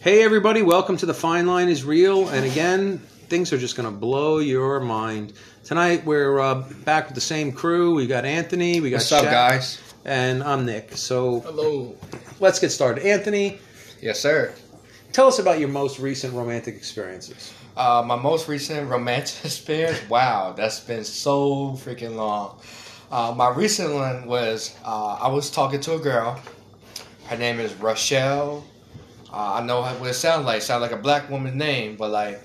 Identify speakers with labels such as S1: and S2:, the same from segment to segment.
S1: Hey, everybody, welcome to The Fine Line is Real. And again, things are just going to blow your mind. Tonight, we're uh, back with the same crew. We got Anthony, we got
S2: What's up,
S1: Shaq,
S2: guys?
S1: and I'm Nick. So
S2: Hello.
S1: let's get started. Anthony,
S2: Yes, sir.
S1: tell us about your most recent romantic experiences.
S2: Uh, my most recent romantic experience. Wow, that's been so freaking long. Uh, my recent one was uh, I was talking to a girl. Her name is Rochelle. Uh, I know what it sounds like. Sound like a black woman's name, but like,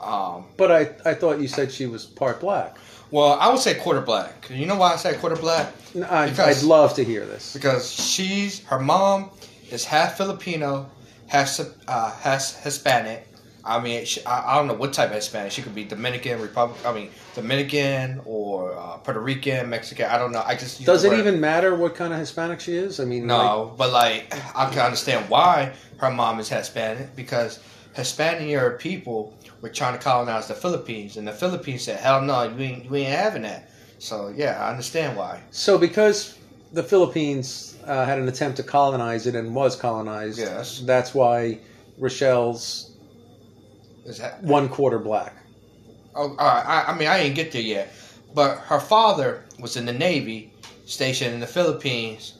S2: um,
S1: But I, I thought you said she was part black.
S2: well, I would say quarter black. You know why I say quarter black?
S1: N- I,
S2: Because-
S1: I'd love to hear this.
S2: because she's her mom is half Filipino, half uh, half Hispanic. I mean, she, I, I don't know what type of Hispanic. She could be Dominican, Republic. I mean, Dominican or uh, Puerto Rican, Mexican. I don't know. I just use
S1: Does
S2: the
S1: it
S2: word.
S1: even matter what kind of Hispanic she is? I mean, like,
S2: No, but like I can understand why her mom is Hispanic because Hispanic Arab people were trying to colonize the Philippines, and the Philippines said, "Hell no, you ain't you ain't having that." So yeah, I understand why.
S1: so because the Philippines uh, had an attempt to colonize it and was colonized,
S2: Yes.
S1: that's why Rochelle's
S2: Is that,
S1: one quarter black.
S2: Oh, all right. I, I mean, I didn't get there yet, but her father was in the Navy, stationed in the Philippines,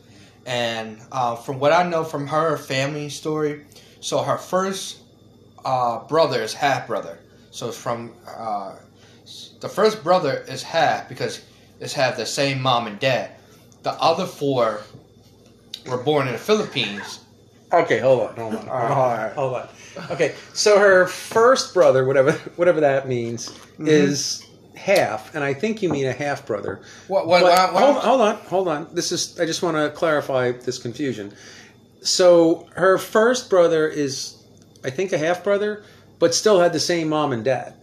S2: and uh, from what I know from her family story, so her first uh, brother is half brother. So it's from uh, s- the first brother is half because it's have the same mom and dad. The other four were born in the Philippines.
S1: Okay, hold on, hold on, hold on,
S2: Alright.
S1: hold on. Okay, so her first brother, whatever whatever that means,
S2: Mm-hmm.
S1: is half, and I think you mean a half brother.
S2: What? What?
S1: But
S2: what, what
S1: hold, hold on, hold on. This is I just want to clarify this confusion. So her first brother is, I think, a half brother, but still had the same mom and dad.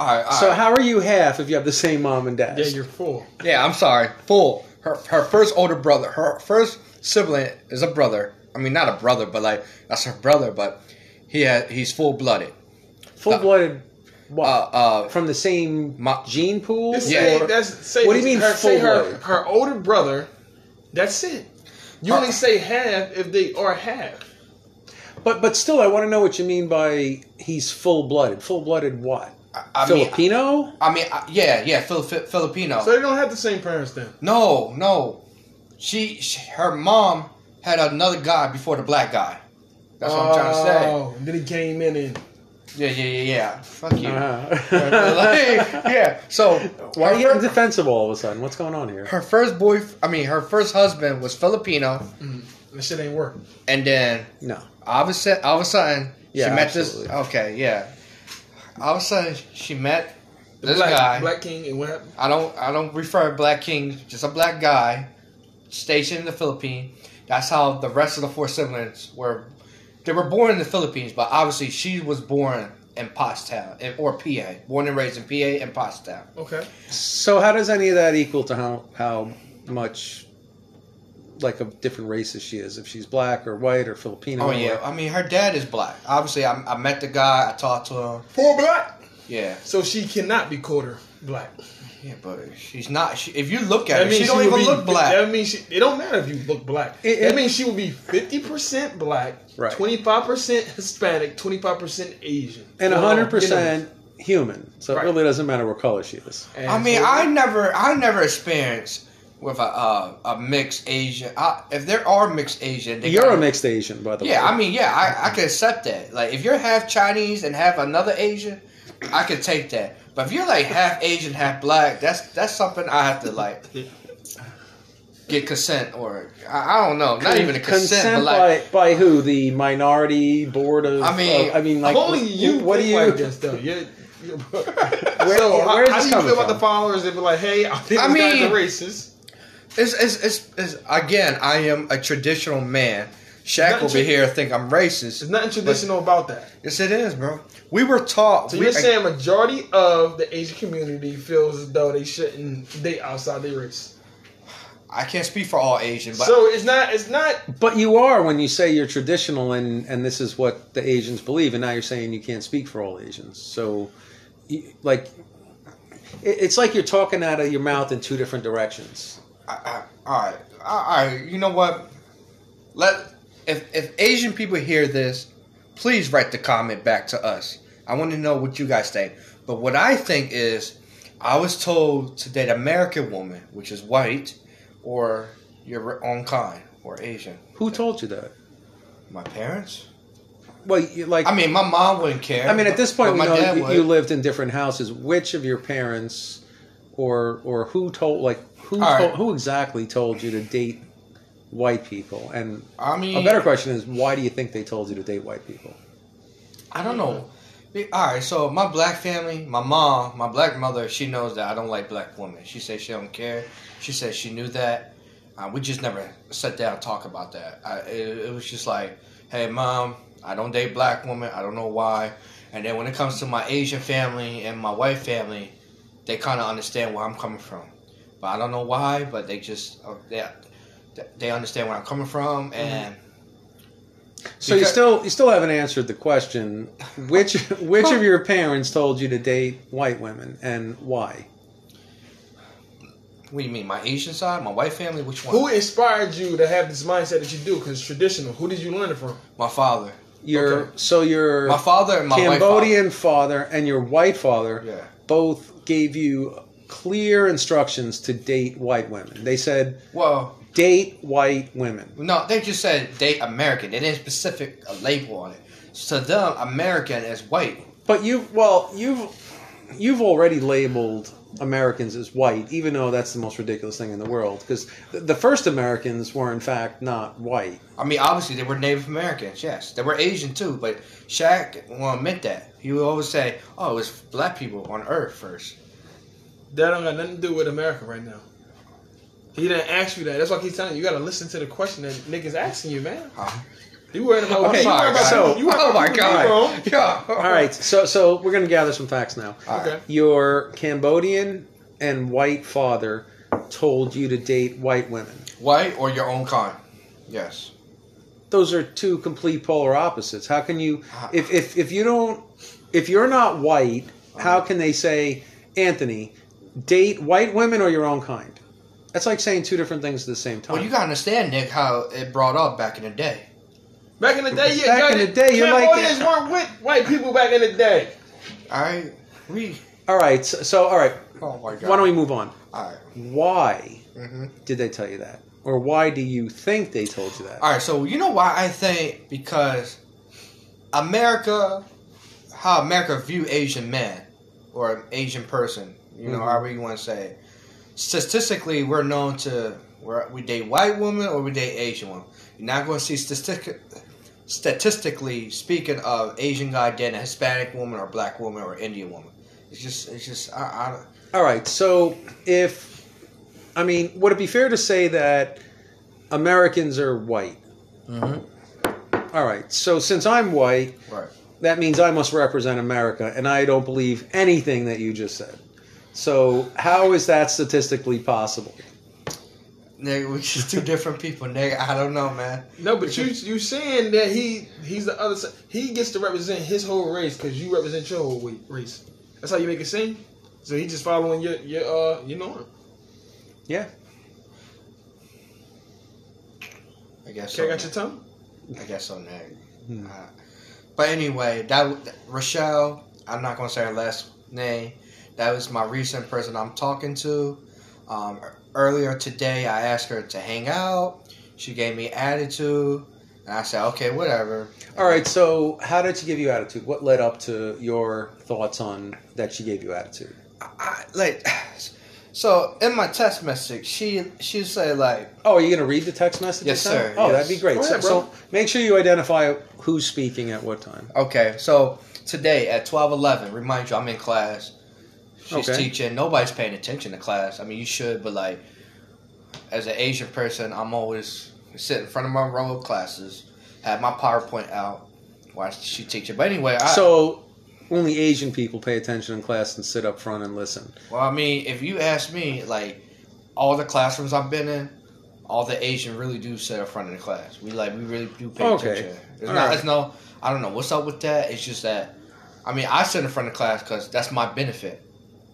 S2: all right, all
S1: So
S2: right.
S1: how are you half if you have the same mom and dad?
S3: Yeah, you're full.
S2: Yeah, I'm sorry. Full. Her her first older brother, her first sibling is a brother. I mean, not a brother, but like that's her brother. But he had he's full blooded.
S1: full blooded. What?
S2: Uh, uh,
S1: from the same
S2: my-
S1: gene pool?
S3: Just
S2: Yeah.
S3: say, that's, say,
S1: What do you mean
S3: her, say her,
S1: full-blooded?
S3: her older brother. That's it. You
S2: Uh,
S3: only say half if they are half.
S1: But but still, I want to know what you mean by he's full blooded. Full blooded what?
S2: I, I mean,
S1: Filipino?
S2: I mean, I- yeah, yeah, Fili- Fi- Filipino.
S3: So they don't have the same parents then.
S2: No, no. She, she her mom had another guy before the black guy. That's what I'm trying
S3: Oh, then he came in and
S2: to say. Yeah, yeah, yeah, yeah. Fuck you. Like,
S1: Uh-huh.
S2: yeah. So
S1: Why are you
S2: her
S1: getting
S2: fir-
S1: defensive all of a sudden? What's going on here?
S2: her first boy? I mean, her first husband was Filipino,
S3: that shit ain't work.
S2: and then
S1: No.
S2: all of a sudden, all of a sudden
S1: Yeah,
S2: she met
S1: absolutely.
S2: this. Okay, yeah. All of a sudden, she met
S3: The
S2: this
S3: black,
S2: guy.
S3: black king and what happened?
S2: I don't, I don't refer to Black King, just a black guy, stationed in the Philippines. That's how the rest of the four siblings were. They were born in the Philippines, but obviously she was born in Pottstown in- or PA, born and raised in PA and Pottstown.
S3: Okay.
S1: So how does any of that equal to how how much like of different races she is? If she's black or white or Filipino?
S2: Oh
S1: or-
S2: yeah, I mean her dad is black. Obviously, I, I met the guy, I talked to him.
S3: Full black.
S2: Yeah,
S3: So she cannot be quarter black.
S2: yeah, but she's not. She, if you look at her, she don't
S3: will
S2: even
S3: be-
S2: look black.
S3: That means she, it don't matter if you look black.
S1: It-
S3: that
S1: it-
S3: means she will be fifty percent black,
S1: Right.
S3: twenty five percent Hispanic, twenty five percent Asian,
S1: and
S3: Well,
S1: hundred
S3: you
S1: percent human. So it
S3: Right.
S1: really doesn't matter what color she is.
S3: know.
S2: I mean,
S3: And so-
S2: I never, I never experienced with a uh, a mixed Asian. I, if there are mixed Asian, they
S1: You're
S2: gotta-
S1: a mixed Asian, by the way.
S2: Yeah, I mean, yeah, I, I can accept that. Like, if you're half Chinese and half another Asian, I could take that. But if you're like half Asian, half black, that's that's something I have to like get consent or I, I don't know, not even a consent,
S1: consent
S2: but like
S1: by, by who? The minority board of.
S2: I mean,
S1: of- I mean, like,
S3: only
S1: wh-
S3: you.
S1: What do
S3: think
S1: you?
S3: Like this, though. You're, you're,
S1: Where-
S3: so how,
S1: where is
S3: how
S1: this
S3: do you
S1: coming
S3: feel about
S1: from?
S3: the followers? They be like, "Hey, I think
S2: I
S3: these guys
S2: mean-
S3: are racist."
S2: it's, it's it's it's again. I am a traditional man. Shaq
S3: Not
S2: over
S3: tra-
S2: here think I'm racist.
S3: There's nothing traditional about that.
S2: Yes, it is, bro. We were taught.
S3: So
S2: we-
S3: you're saying majority of the Asian community feels as though they shouldn't date outside their race.
S2: I can't speak for all Asian, but
S3: so it's not. It's not.
S1: But you are when you say you're traditional and, and this is what the Asians believe, and now you're saying you can't speak for all Asians. So, you- like, it- it's like you're talking out of your mouth in two different directions.
S2: I, I, all right, all right. You know what? Let if if Asian people hear this, please write the comment back to us. I want to know what you guys think. But what I think is, I was told to date American woman, which is white, or your own kind, or Asian.
S1: Who told you that?
S2: My parents.
S1: Well, you, like
S2: I mean, my mom wouldn't care.
S1: I mean, at this point,
S2: but
S1: we
S2: my
S1: know
S2: dad
S1: you,
S2: would.
S1: you lived in different houses. Which of your parents, or or who told, like who
S2: All right.
S1: told, who exactly told you to date white people? And
S2: I mean,
S1: a better question is, why do you think they told you to date white people?
S2: I don't know. All right, so my black family, my mom, my black mother, she knows that I don't like black women. She says she don't care. She says she knew that. Uh, we just never sat down and talk about that. I, it, it was just like, hey, mom, I don't date black women. I don't know why. And then when it comes to my Asian family and my white family, they kind of understand where I'm coming from. But I don't know why, but they just uh, they they understand where I'm coming from, and
S1: So you
S2: Because-
S1: still you still haven't answered the question. Which which of your parents told you to date white women, and why?
S2: what do you mean, my Asian side, my white family, which one?
S3: Who inspired you to have this mindset that you do? Because traditional. Who did you learn it from?
S2: my father.
S1: Your
S3: Okay.
S1: so your
S2: My father and my white
S1: Cambodian father and your white father
S2: father. Yeah.
S1: both gave you clear instructions to date white women. They said
S2: Well,
S1: date white women.
S2: no, they just said date American. They didn't specific a label on it. So to them, American is white.
S1: But you well, you've you've already labeled Americans as white, even though that's the most ridiculous thing in the world because the first Americans were in fact not white.
S2: I mean, obviously they were Native Americans. Yes, they were Asian too. But Shaq won't admit that. He would always say, "Oh, it was black people on Earth first.
S3: That don't got nothing to do with America right now. He didn't ask you that. That's why he's telling you. You got to listen to the question that niggas asking you, man.
S2: Huh.
S3: You worried about
S1: Okay,
S3: you worried about
S1: so-
S3: you worried
S2: oh
S3: about
S2: my
S3: you,
S2: god!
S3: bro.
S2: Yeah.
S1: All right, so so we're going to gather some facts now.
S3: Okay.
S1: Your Cambodian and white father told you to date white women.
S2: White or your own kind. Yes.
S1: those are two complete polar opposites. How can you
S2: Ah.
S1: if if, if you don't if you're not white, how
S2: Uh-huh.
S1: can they say Anthony date white women or your own kind? That's like saying two different things at the same time.
S2: Well, you gotta understand, Nick, how it brought up back in the day.
S3: Back in the day, yeah.
S1: Back
S3: y'all
S1: in the
S3: didn't-
S1: day, you're like-
S3: Cambodians weren't with white people back in the day.
S2: All right. We.
S1: all right, so, so all right,
S2: Oh my god.
S1: why don't we move on?
S2: All right.
S1: Why
S2: Mm-hmm.
S1: did they tell you that? Or why do you think they told you that?
S2: All right, so you know why I think because America, how America view Asian men or Asian person, you know,
S1: Mhm.
S2: however you want to say it. Statistically, we're known to we're, we date white women or we date Asian women. You're not going to see statistic, statistically speaking of Asian guy dating a Hispanic woman or black woman or Indian woman. It's just, it's just, I, I don't.
S1: All right. So if I mean, would it be fair to say that Americans are white?
S2: Mm-hmm.
S1: All right. So since I'm white,
S2: Right.
S1: that means I must represent America, and I don't believe anything that you just said. So how is that statistically possible?
S2: Nigga, we just two different people, nigga. I don't know, man.
S3: No, but you you saying that he he's the other side. He gets to represent his whole race because you represent your whole wa- race. That's how you make it seem. So he just following your your uh your norm.
S1: Yeah.
S2: I guess.
S3: Check
S2: so,
S3: out your tongue.
S2: I guess so, Nick.
S1: Hmm.
S2: Uh, but anyway, that, w- that Rochelle, I'm not gonna say her last name. That was my recent person I'm talking to. Um, e- earlier today, I asked her to hang out. She gave me attitude, and I said, "Okay, whatever."
S1: All right. So how did she give you attitude? What led up to your thoughts on that she gave you attitude?
S2: I, I, like, so in my text message, she she said like,
S1: Oh, are you going to read the text message?
S2: Yes,
S1: this time?
S2: sir.
S1: Oh,
S2: Yes.
S1: that'd be great.
S3: Go ahead,
S1: so,
S3: bro.
S1: so make sure you identify who's speaking at what time.
S2: "Okay, so today at 12:11, remind you, I'm in class. She's
S1: Okay.
S2: teaching. Nobody's paying attention to class. I mean, you should, but like, as an Asian person, I'm always sitting in front of my row of classes, have my PowerPoint out, watch she teaching. But anyway, I, so
S1: So only Asian people pay attention in class and sit up front and listen.
S2: well, I mean, if you ask me, like, all the classrooms I've been in, all the Asian really do sit in front of the class. We like, we really do pay
S1: Okay.
S2: attention. It's
S1: All
S2: not,
S1: right.
S2: it's no, I don't know what's up with that. It's just that, I mean, I sit in front of class because that's my benefit.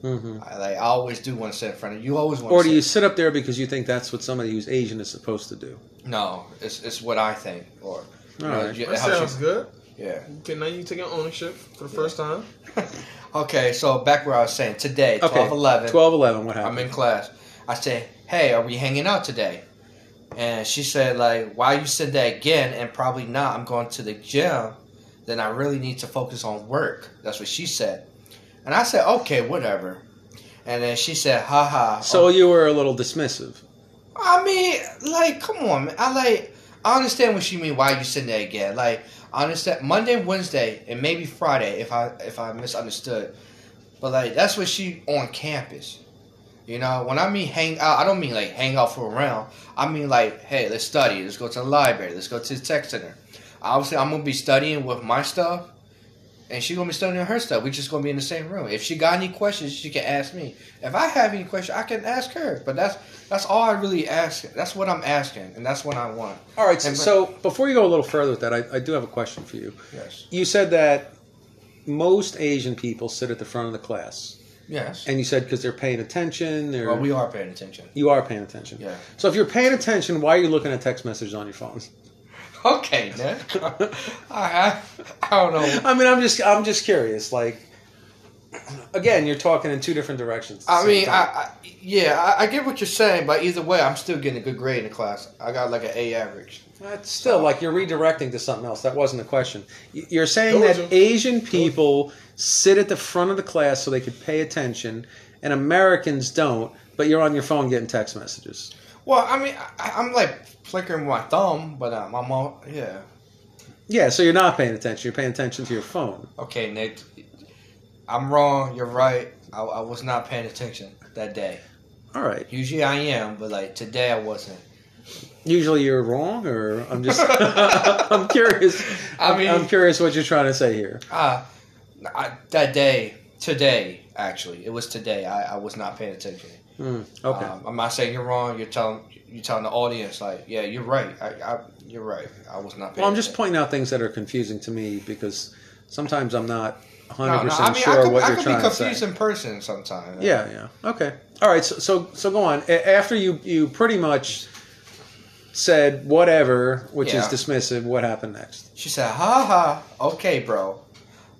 S1: hmm
S2: I, like I always do want to sit in front of you. Always want.
S1: Or
S2: to
S1: do you sit up there because you think that's what somebody who's Asian is supposed to do?
S2: No, it's it's what I think. Or you know,
S1: Alright.
S2: you-
S3: That
S2: how she-
S3: sounds good.
S2: yeah.
S3: Okay, now you taking ownership for the first time.
S2: Okay, so back where I was saying today,
S1: Okay.
S2: twelve eleven.
S1: 12, 11, what
S2: I'm
S1: happened?
S2: in class. I say, hey, are we hanging out today? And she said, like, why you said that again? And probably not. I'm going to the gym. Then I really need to focus on work. That's what she said. And I said, okay, whatever. And then she said, haha.
S1: so you were a little dismissive.
S2: I mean, like, come on, man. I like, I understand what you mean. Why you said that again? Like, I understand Monday, Wednesday, and maybe Friday if I if I misunderstood. But like, that's what she on campus. You know, when I mean hang out, I don't mean like hang out for around. I mean like, hey, let's study. Let's go to the library. Let's go to the tech center. Obviously, I'm gonna be studying with my stuff, and she gonna be studying her stuff. We just gonna be in the same room. If she got any questions, she can ask me. If I have any questions, I can ask her. But that's that's all I really ask. That's what I'm asking, and that's what I want.
S1: All right. So,
S2: And-
S1: so before you go a little further with that, I, I do have a question for you.
S2: Yes.
S1: You said that most Asian people sit at the front of the class,
S2: Yes.
S1: and you said because they're paying attention. They're,
S2: Well, we are paying attention.
S1: you are paying attention.
S2: Yeah.
S1: So if you're paying attention, why are you looking at text messages on your phone?
S2: Okay, then. I, I I don't know.
S1: I mean, I'm just I'm just curious. Like, again, you're talking in two different directions. at the
S2: I
S1: same
S2: mean, I,
S1: time.
S2: I yeah, I, I get what you're saying, but either way, I'm still getting a good grade in the class. I got like an A average.
S1: That's still like you're redirecting to something else. That wasn't the question. Y- You're saying
S3: Told
S1: that
S3: you.
S1: Asian people sit at the front of the class so they could pay attention, and Americans don't. But you're on your phone getting text messages.
S2: Well, I mean, I, I'm like flickering my thumb, but um, I'm all yeah.
S1: Yeah, so you're not paying attention. You're paying attention to your phone.
S2: Okay, Nick, I'm wrong. You're right. I, I was not paying attention that day.
S1: All right.
S2: Usually I am, but like today I wasn't.
S1: Usually you're wrong, or I'm just I'm curious.
S2: I
S1: I
S2: mean-
S1: mean, I'm curious what you're trying to say here.
S2: Uh, I, that day, today, actually, it was today. I, I was not paying attention.
S1: Hmm, okay.
S2: Um, I'm not saying you're wrong. You're telling you're telling the audience like, yeah, you're right. I, I you're right. I was not. Paying
S1: well, I'm just
S2: attention.
S1: pointing out things that are confusing to me because sometimes I'm not 100
S2: No, no,
S1: percent
S2: I mean,
S1: sure
S2: I could,
S1: what
S2: I
S1: you're
S2: could
S1: trying
S2: be
S1: to
S2: confused
S1: say.
S2: in person sometimes.
S1: Yeah, yeah. Okay. All right. So, so, so go on. A- after you, you pretty much said whatever, which
S2: Yeah.
S1: is dismissive. What happened next?
S2: She said, ha ha, okay, bro.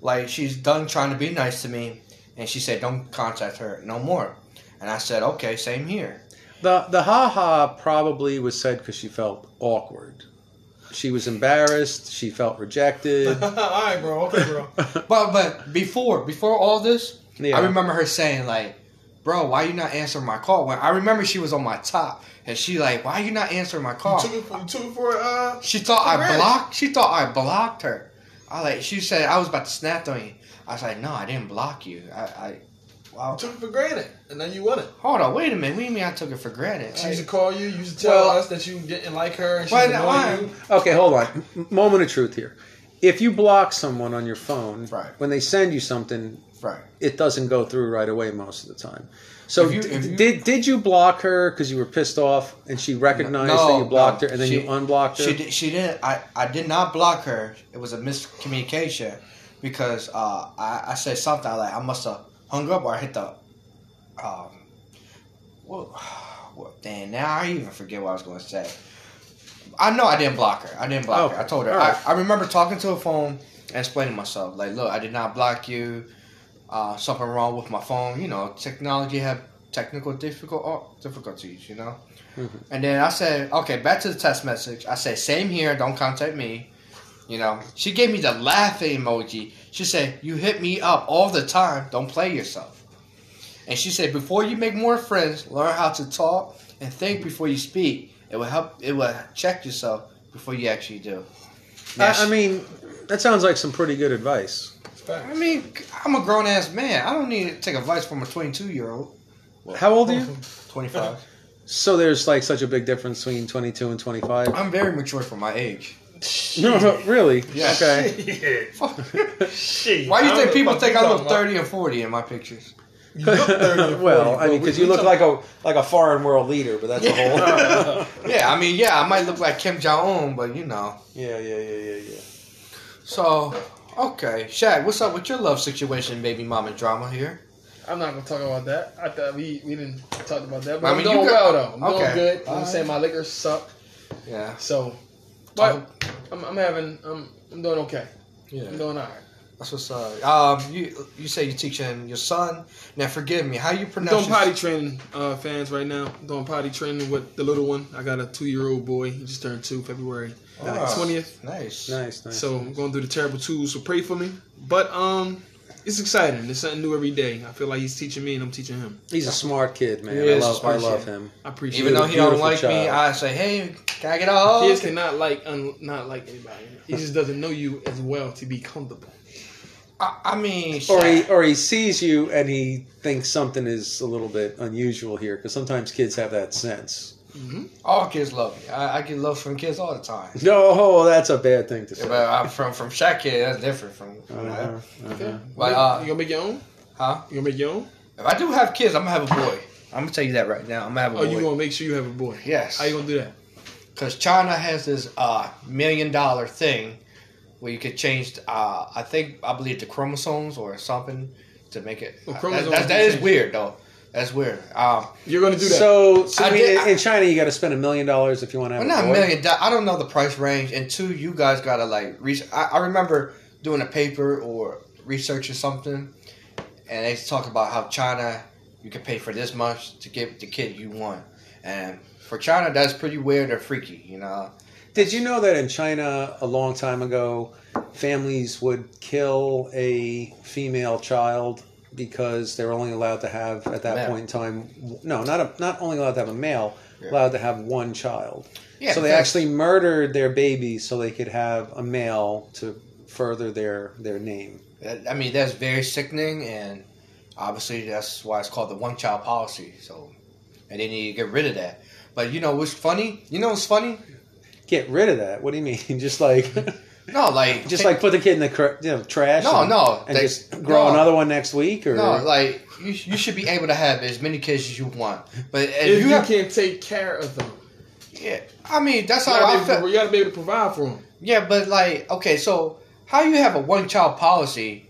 S2: Like, she's done trying to be nice to me. And she said, don't contact her no more. And I said, okay, same here.
S1: The the ha ha probably was said because she felt awkward. She was embarrassed. She felt rejected.
S3: All right, bro. Okay, bro.
S2: But but before before all this,
S1: Yeah.
S2: I remember her saying like, "Bro, why you not answering my call?" When I remember she was on my top, and she like, "Why you not answering my call?"
S3: Took it for, you took it for uh.
S2: She thought I
S3: Really?
S2: blocked. She thought I blocked her. I like. She said I was about to snap on you. I was like, "No, I didn't block you." I, I wow.
S3: Took it for granted, and now you want it.
S2: Hold on, wait a minute. What do you mean I took it for granted?
S3: She
S2: Like,
S3: used to call you. You used to tell
S1: Well-
S3: us that you didn't like her. And she's
S2: Why-
S3: annoying
S2: why?
S3: you.
S1: Okay, hold on. M- Moment of truth here. If you block someone on your phone,
S2: Right.
S1: when they send you something,
S2: right.
S1: it doesn't go through right away most of the time. So
S2: If you-
S1: d-
S2: if you-
S1: did did you block her because you were pissed off and she recognized
S2: No,
S1: that you blocked
S2: no.
S1: her and then
S2: She-
S1: you unblocked her?
S2: She did, she didn't. I, I did not block her. It was a miscommunication because uh, I, I said something I like I must have hung up or I hit the um. Well, well, damn. Now I even forget what I was going to say. I know I didn't block her. I didn't block her. I
S1: Okay.
S2: told her.
S1: All right.
S2: I, I remember talking to her phone and explaining myself. Like, look, I did not block you. Uh, something wrong with my phone. You know, technology have technical difficult uh, difficulties. You know.
S1: Mm-hmm.
S2: And then I said, okay, back to the text message. I said, same here, don't contact me. You know, she gave me the laughing emoji. She said, you hit me up all the time, don't play yourself. And she said, before you make more friends, learn how to talk and think before you speak. It will help, it will check yourself before you actually do. Now
S1: I, I mean, that sounds like some pretty good advice.
S2: I mean, I'm a grown ass man. I don't need to take advice from a 22 year old,
S1: How old are you?
S2: 25.
S1: So there's like such a big difference between 22 and 25.
S2: I'm very mature for my age.
S1: No, no, really?
S2: Yeah.
S1: Okay.
S3: Shit.
S2: Fuck.
S3: Shit.
S2: Why do you
S3: I don't
S2: think
S3: know
S2: people
S3: what
S2: think
S3: you
S2: I
S3: talking
S2: look
S3: about.
S2: 30 and 40 in my pictures?
S3: You look 30 or 40,
S1: well, I mean,
S3: but
S1: because
S3: we-
S1: you
S3: we
S1: look
S3: talking-
S1: like a like a foreign world leader, but that's a whole.
S2: Yeah, I mean, yeah, I might look like Kim Jong Un, but you know.
S1: yeah, yeah, yeah, yeah, yeah.
S2: So, okay, Shaq, what's up with your love situation, baby mama drama here?
S3: I'm not gonna talk about that. I thought we we didn't talk about that. But
S2: I
S3: I
S2: mean,
S3: am
S2: you
S3: doing
S2: could-
S3: well though. I'm
S2: okay.
S3: doing good. You know what I'm
S2: Alright.
S3: saying my liquor suck.
S2: Yeah.
S3: So, but I'm, I'm having I'm I'm doing okay. I'm
S2: Yeah.
S3: doing alright.
S2: That's what's up. Um, you you say you're teaching your son. Now forgive me. How you
S3: I'm
S2: pronounce?
S3: doing
S2: your-
S3: potty training, uh, fans, right now. I'm doing potty training with the little one. I got a two year old boy. He just turned two February
S2: Nice.
S3: twentieth.
S2: Oh, Ah, Nice.
S1: Nice, nice.
S3: So I'm going through the terrible tools. So pray for me. But um, it's exciting. There's something new every day. I feel like he's teaching me and I'm teaching him.
S1: He's a smart kid, man.
S2: He
S1: I
S2: is a
S1: love, I
S2: smart
S1: love
S2: kid.
S1: him.
S3: I appreciate
S2: Even
S3: it.
S2: though he Oh, don't
S1: Beautiful
S2: like me,
S1: child.
S2: I say, hey, can I get a hug?
S3: Kids cannot like un- not like anybody. He just doesn't know you as well to be comfortable.
S2: I, I mean,
S1: Or Oh, he,
S2: shit.
S1: or he sees you and he thinks something is a little bit unusual here because sometimes kids have that sense.
S2: all kids love me. I, I get love from kids all the time.
S1: No, that's a bad thing to
S2: Yeah,
S1: say.
S2: But I'm from from Shaq kid, that's different from. from that.
S1: Uh-huh, uh-huh.
S2: But uh,
S3: you gonna make your own?
S2: huh?
S3: You gonna make your own?
S2: If I do have kids, I'm gonna have a boy. I'm gonna tell you that right now. I'm gonna have a
S3: Oh,
S2: boy.
S3: you gonna make sure you have a boy?
S2: Yes.
S3: How you gonna do that?
S2: because China has this uh, million dollar thing where you could change. Uh, I think I believe the chromosomes or something to make it. uh,
S3: Well,
S2: that-
S3: chromosomes
S2: that- that
S3: can
S2: is
S3: change.
S2: weird though. That's weird. Um,
S3: You're gonna do that.
S1: So, so I
S2: I
S1: mean,
S2: did-
S1: in China, you got to spend a million dollars if you want to have
S2: well, not
S1: a
S2: a
S1: boy.
S2: million. do- I don't know the price range. And two, you guys gotta like research. I, I remember doing a paper or research or something, and they talk about how China you can pay for this much to get the kid you want. And for China, that's pretty weird or freaky, you know.
S1: Did you know that in China a long time ago, families would kill a female child because they were only allowed to have at that
S2: Male.
S1: point in time? No, not a, not only allowed to have a male,
S2: Yeah.
S1: allowed to have one child.
S2: Yeah.
S1: so they
S2: because-
S1: actually murdered their babies so they could have a male to further their their name.
S2: That, I mean, that's very sickening, and obviously that's why it's called the one child policy. So, and they need to get rid of that. But you know what's funny? You know what's funny?
S1: Get rid of that. What do you mean? just like
S2: No, like
S1: just like put the kid in the cr- you know, trash.
S2: no,
S1: and,
S2: no,
S1: and
S2: they-
S1: just grow
S2: no,
S1: another one next week or
S2: No, like you, you should be able to have as many kids as you want. But if,
S3: if
S2: you,
S3: you,
S2: have,
S3: can't take care of them,
S2: yeah, I mean that's
S3: you
S2: how I
S3: gotta, be,
S2: feel.
S3: able- you gotta be able to provide for them.
S2: Yeah, but like, okay, so how you have a one child policy,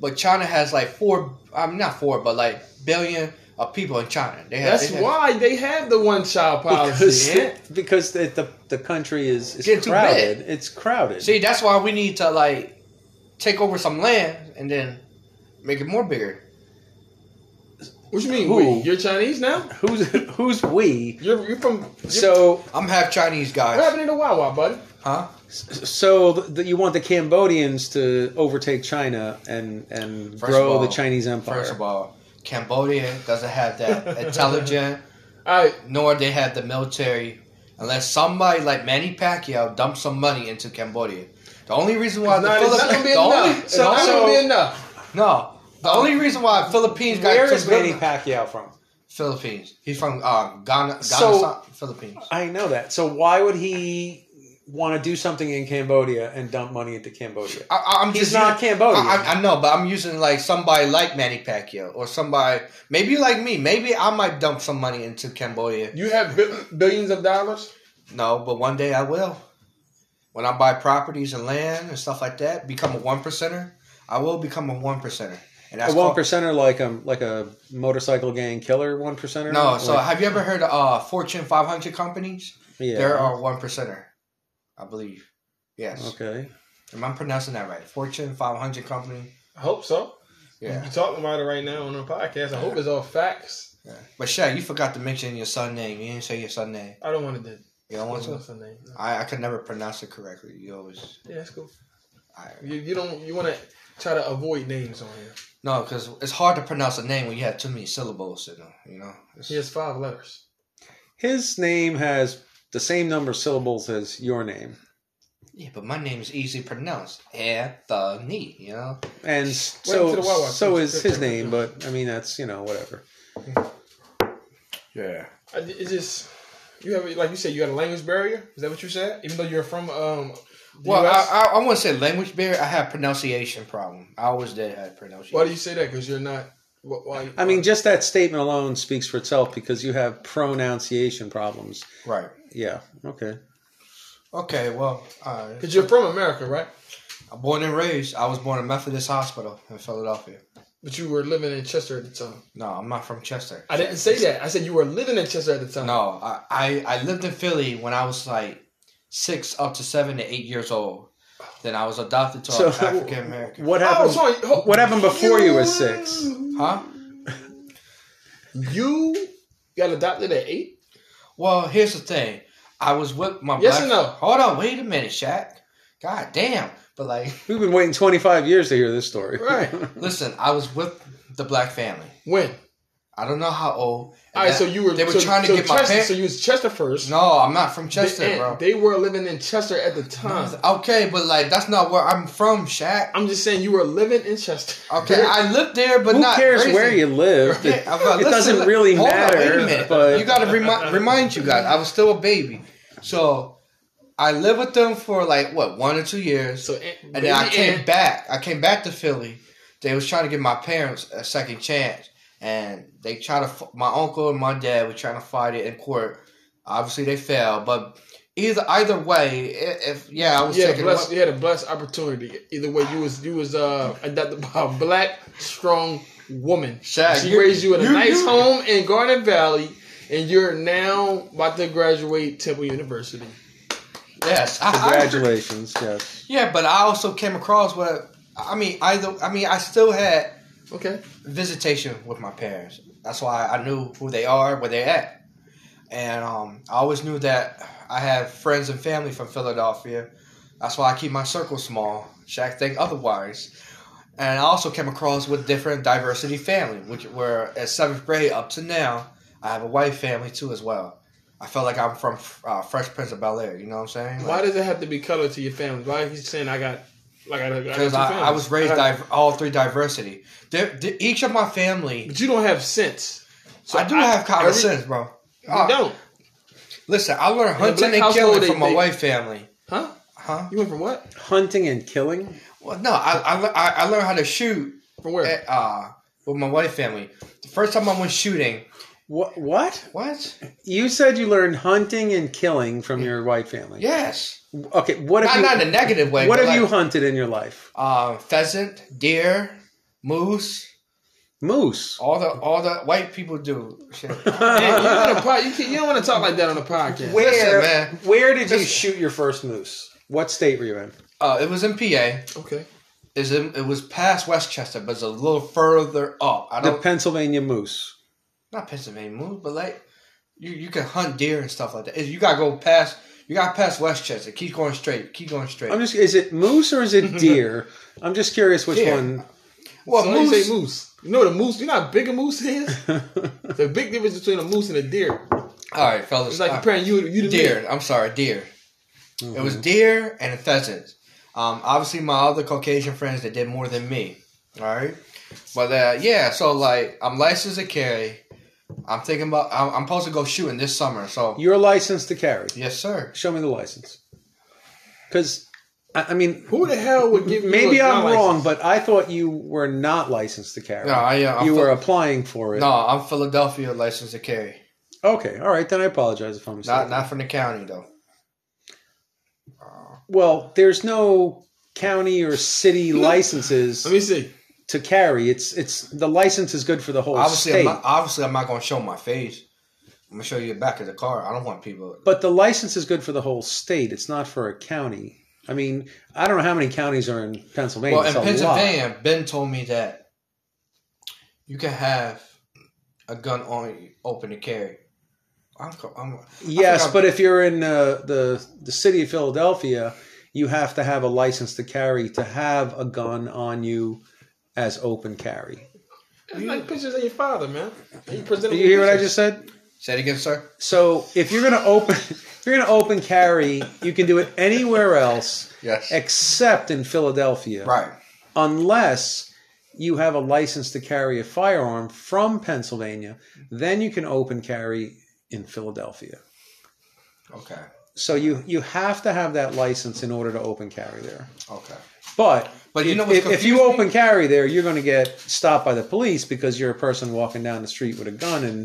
S2: but China has like four, I'm mean, not four, but like billion of people in China. They have,
S3: That's
S2: they have-
S3: why they have the one child
S1: because,
S3: policy. man.
S1: because the, the the country is,
S2: Getting
S1: is
S2: too
S1: crowded. It's crowded.
S2: See, that's why we need to like take over some land and then make it more bigger.
S3: What you mean?
S1: Who?
S3: we? You're Chinese now?
S1: who's who's we?
S3: You're you're from. You're,
S1: So
S2: I'm half Chinese,
S3: what
S2: guys.
S3: happened in the Wawa, buddy?
S2: Huh?
S1: so the, you want the Cambodians to overtake China and and
S2: First
S1: grow
S2: of all-
S1: the Chinese empire.
S2: First of all, Cambodia doesn't have that intelligent,
S3: All right,
S2: nor they have the military, unless somebody like Manny Pacquiao dumps some money into Cambodia. The only reason why
S3: it's
S2: the
S3: not, it's not gonna be
S2: Philippines, the only,
S3: enough. It's not
S2: the
S3: gonna
S2: only-
S3: be enough.
S2: no, the only reason why Philippines got
S1: Where
S2: took
S1: is Manny
S2: over-
S1: Pacquiao from?
S2: Philippines. He's from um, Ghana, Ghana,
S1: So-
S2: Philippines.
S1: I know that. So why would he want to do something in Cambodia and dump money into Cambodia?
S2: I- I, I'm
S1: He's
S2: just
S1: not
S2: using-
S1: Cambodian.
S2: I, I- I know, but I'm using like somebody like Manny Pacquiao or somebody maybe like me. Maybe I might dump some money into Cambodia.
S3: You have bi- billions of dollars.
S2: No, but one day I will. When I buy properties and land and stuff like that, become a one percenter. I will become a one percenter, and
S1: A
S2: that's
S1: one
S2: called-
S1: percenter like a like a motorcycle gang killer one percenter.
S2: No,
S1: Like-
S2: so have you ever heard of uh, Fortune 500 companies?
S1: yeah. uh-huh.
S2: There are one percenter, I believe. Yes,
S1: okay.
S2: am I pronouncing that right? Fortune 500 company.
S3: I hope so.
S2: Yeah,
S1: Mm-hmm.
S3: You're talking about it right now on the podcast. I hope it's all facts.
S2: yeah. but Shaq, you forgot to mention your son name. You didn't say your son name.
S3: I don't want to do.
S2: You don't
S3: I
S2: want
S3: don't
S2: to?
S3: want to name. No.
S2: I, I could never pronounce it correctly. You always.
S3: Yeah, that's cool.
S2: I,
S3: You, you don't you want to try to avoid names on here.
S2: no, because it's hard to pronounce a name when you have too many syllables in them, you know? It's-
S3: He has five letters.
S1: His name has the same number of syllables as your name,
S2: Yeah, but my name is easily pronounced Anthony, you know?
S1: and
S3: to
S1: so
S3: the Wawa.
S1: so is his name. But I mean, that's you know whatever.
S2: Yeah.
S3: I, it's just you have like you said you had a language barrier. Is that what you said? Even though you're from um. the
S2: Well,
S3: US?
S2: I, I, I wouldn't say language barrier. I have pronunciation problem. I always did have pronunciation.
S3: why do you say that? Because you're not. Why, why,
S1: I mean, just that statement alone speaks for itself because you have pronunciation problems.
S2: Right.
S1: Yeah. Okay.
S2: Okay, well, all right.
S3: because you're from America, right?
S2: I'm born and raised. I was born in Methodist Hospital in Philadelphia.
S3: But you were living in Chester at the time.
S2: No, I'm not from Chester.
S3: I didn't say that. I said you were living in Chester at the time. Oh,
S2: No, I, I, I lived in Philly when I was like six up to seven to eight years old. Then I was adopted to
S1: So-
S2: African American.
S1: What
S3: Oh,
S1: happened?
S3: sorry. ho-
S1: what happened before you was six?
S2: Huh?
S3: You got adopted at eight?
S2: Well, here's the thing. I was with my
S3: Yes
S2: black-
S3: or no?
S2: Hold on, wait a minute, Shaq. God damn. But like,
S1: We've been waiting 25 years to hear this story.
S3: Right.
S2: listen, I was with the black family.
S3: When?
S2: I don't know how old.
S3: All right,
S2: That-
S3: so you were.
S2: They were
S3: so-
S2: trying to
S3: so
S2: get my
S3: Chester,
S2: parents.
S3: So you was Chester first.
S2: no, I'm not from Chester,
S3: They- and
S2: bro.
S3: They were living in Chester at the time.
S2: Okay, but like that's not where I'm from, Shaq.
S3: I'm just saying you were living in Chester.
S2: Okay, I lived there, but
S1: Who
S2: not.
S1: cares
S2: raised
S1: where
S2: there.
S1: you live?
S2: Yeah,
S1: It,
S2: but
S1: it
S2: listen,
S1: doesn't
S2: look,
S1: really
S2: hold on,
S1: matter.
S2: wait a minute.
S1: But
S2: you got to remind remind you guys, I was still a baby, so I lived with them for like what one or two years,
S3: So
S2: and then I came back. I came back to Philly. They was trying to give my parents a second chance, and they tried to. f- My uncle and my dad were trying to fight it in court. Obviously, they failed, but either either way, i- if yeah, I was
S3: Yeah,
S2: taking
S3: blessed, you had a blessed opportunity. Either way, you was you was uh, adopted by a black strong woman.
S2: Shaq,
S3: she
S2: you-
S3: raised you in a
S2: you-
S3: nice
S2: you-
S3: home in Garden Valley, and you're now about to graduate Temple University.
S2: yes, I- I-
S1: congratulations, yes.
S2: Yeah, but I also came across what I mean. Either I mean, I still had
S3: Okay,
S2: visitation with my parents. That's why I knew who they are, where they're at, and um, I always knew that I have friends and family from Philadelphia. That's why I keep my circle small. Shaq think otherwise. And I also came across with different diversity family, which were at seventh grade up to now. I have a white family too as well. I felt like I'm from uh, Fresh Prince of Bel Air. You know what I'm saying?
S3: why does it have to be color to your family? Why are you saying I got like I, got- I got
S2: Because
S3: two
S2: I,
S3: families?
S2: I was raised
S3: I got-
S2: div- all through diversity. There, there- each of my family,
S3: but you don't have sense.
S2: I do have common
S3: every-
S2: sense, bro.
S3: You
S2: Uh,
S3: don't,
S2: Listen, I learned
S3: black
S2: hunting and
S3: household,
S2: killing
S3: they-
S2: from my
S3: they-
S2: white family,
S3: huh?
S2: huh?
S3: You went from what?
S1: Hunting and killing?
S2: Well, no, I, I, le- I- I learned how to shoot
S3: From where?
S2: at, uh, with my white family. The first time I went shooting,
S1: What? What?
S2: what?
S1: You said you learned hunting and killing from your white family.
S2: Yes,
S1: Okay, what have
S2: not,
S1: you
S2: not in a negative way.
S1: what
S2: but
S1: have you
S2: like,
S1: hunted in your life?
S2: Uh, pheasant, deer, moose,
S1: Moose.
S2: all the all the white people do. Shit.
S3: Man, you, on a pod, you, can, you don't want to talk like that on a podcast.
S1: Where,
S2: Listen, man.
S1: where did you
S2: Listen.
S1: shoot your first moose? What state were you in?
S2: Uh, it was in PA.
S3: Okay.
S2: is in, it was past Westchester, but it's a little further up. I
S1: The
S2: don't
S1: Pennsylvania moose.
S2: not Pennsylvania move, but like you you can hunt deer and stuff like that. You gotta go past you gotta pass Westchester. Keep going straight. Keep going straight.
S1: I'm just is it moose or is it deer? I'm just curious which
S2: Deer.
S1: one.
S2: well,
S3: so moose. You
S2: moose,
S3: say moose. You know what a moose? You know how big a moose is? the big difference between a moose and a deer.
S2: All right, fellas.
S3: It's like
S2: all right.
S3: comparing you you to me.
S2: deer. I'm sorry, deer.
S3: Mm-hmm.
S2: It was deer and pheasants. Um, obviously, my other Caucasian friends that did more than me. All right, but uh, yeah, so like I'm licensed to carry. I'm thinking about. I'm, I'm supposed to go shooting this summer. So
S1: Your license to carry.
S2: yes, sir.
S1: Show me the license. Because I, I mean,
S3: Who the hell would give? you
S1: maybe
S3: a gun
S1: I'm
S3: license?
S1: wrong, but I thought you were not licensed to carry.
S2: No, I, uh, I'm
S1: you
S2: Phil-
S1: were applying for it.
S2: No, I'm Philadelphia licensed to carry.
S1: Okay, all right. Then I apologize if I'm mistaken.
S2: Not not from the county though.
S1: Well, there's no county or city licenses
S3: Let me see.
S1: to carry. It's it's the license is good for the whole
S2: Obviously,
S1: state,
S2: I'm not, obviously I'm not gonna show my face. I'm gonna show you the back of the car. I don't want people.
S1: but the license is good for the whole state. It's not for a county. I mean, I don't know how many counties are in Pennsylvania.
S2: Well, in
S1: It's a lot.
S2: Pennsylvania, Ben told me that you can have a gun on open to carry. I'm, co- I'm
S1: Yes,
S2: forgot-
S1: but if you're in uh, the the city of Philadelphia, you have to have a license to carry to have a gun on you as open carry.
S3: It's like pictures of your father, man. You presented.
S1: Did you hear what I just said?
S2: say it again, sir.
S1: So if you're gonna open, if you're gonna open carry, you can do it anywhere else
S2: Yes.
S1: except in Philadelphia,
S2: Right.
S1: unless you have a license to carry a firearm from Pennsylvania. Then you can open carry in Philadelphia.
S2: Okay.
S1: So you you have to have that license in order to open carry there.
S2: Okay.
S1: But
S2: But you
S1: if,
S2: know what's
S1: if, if you
S2: confusing?
S1: open carry there, you're going to get stopped by the police because you're a person walking down the street with a gun, and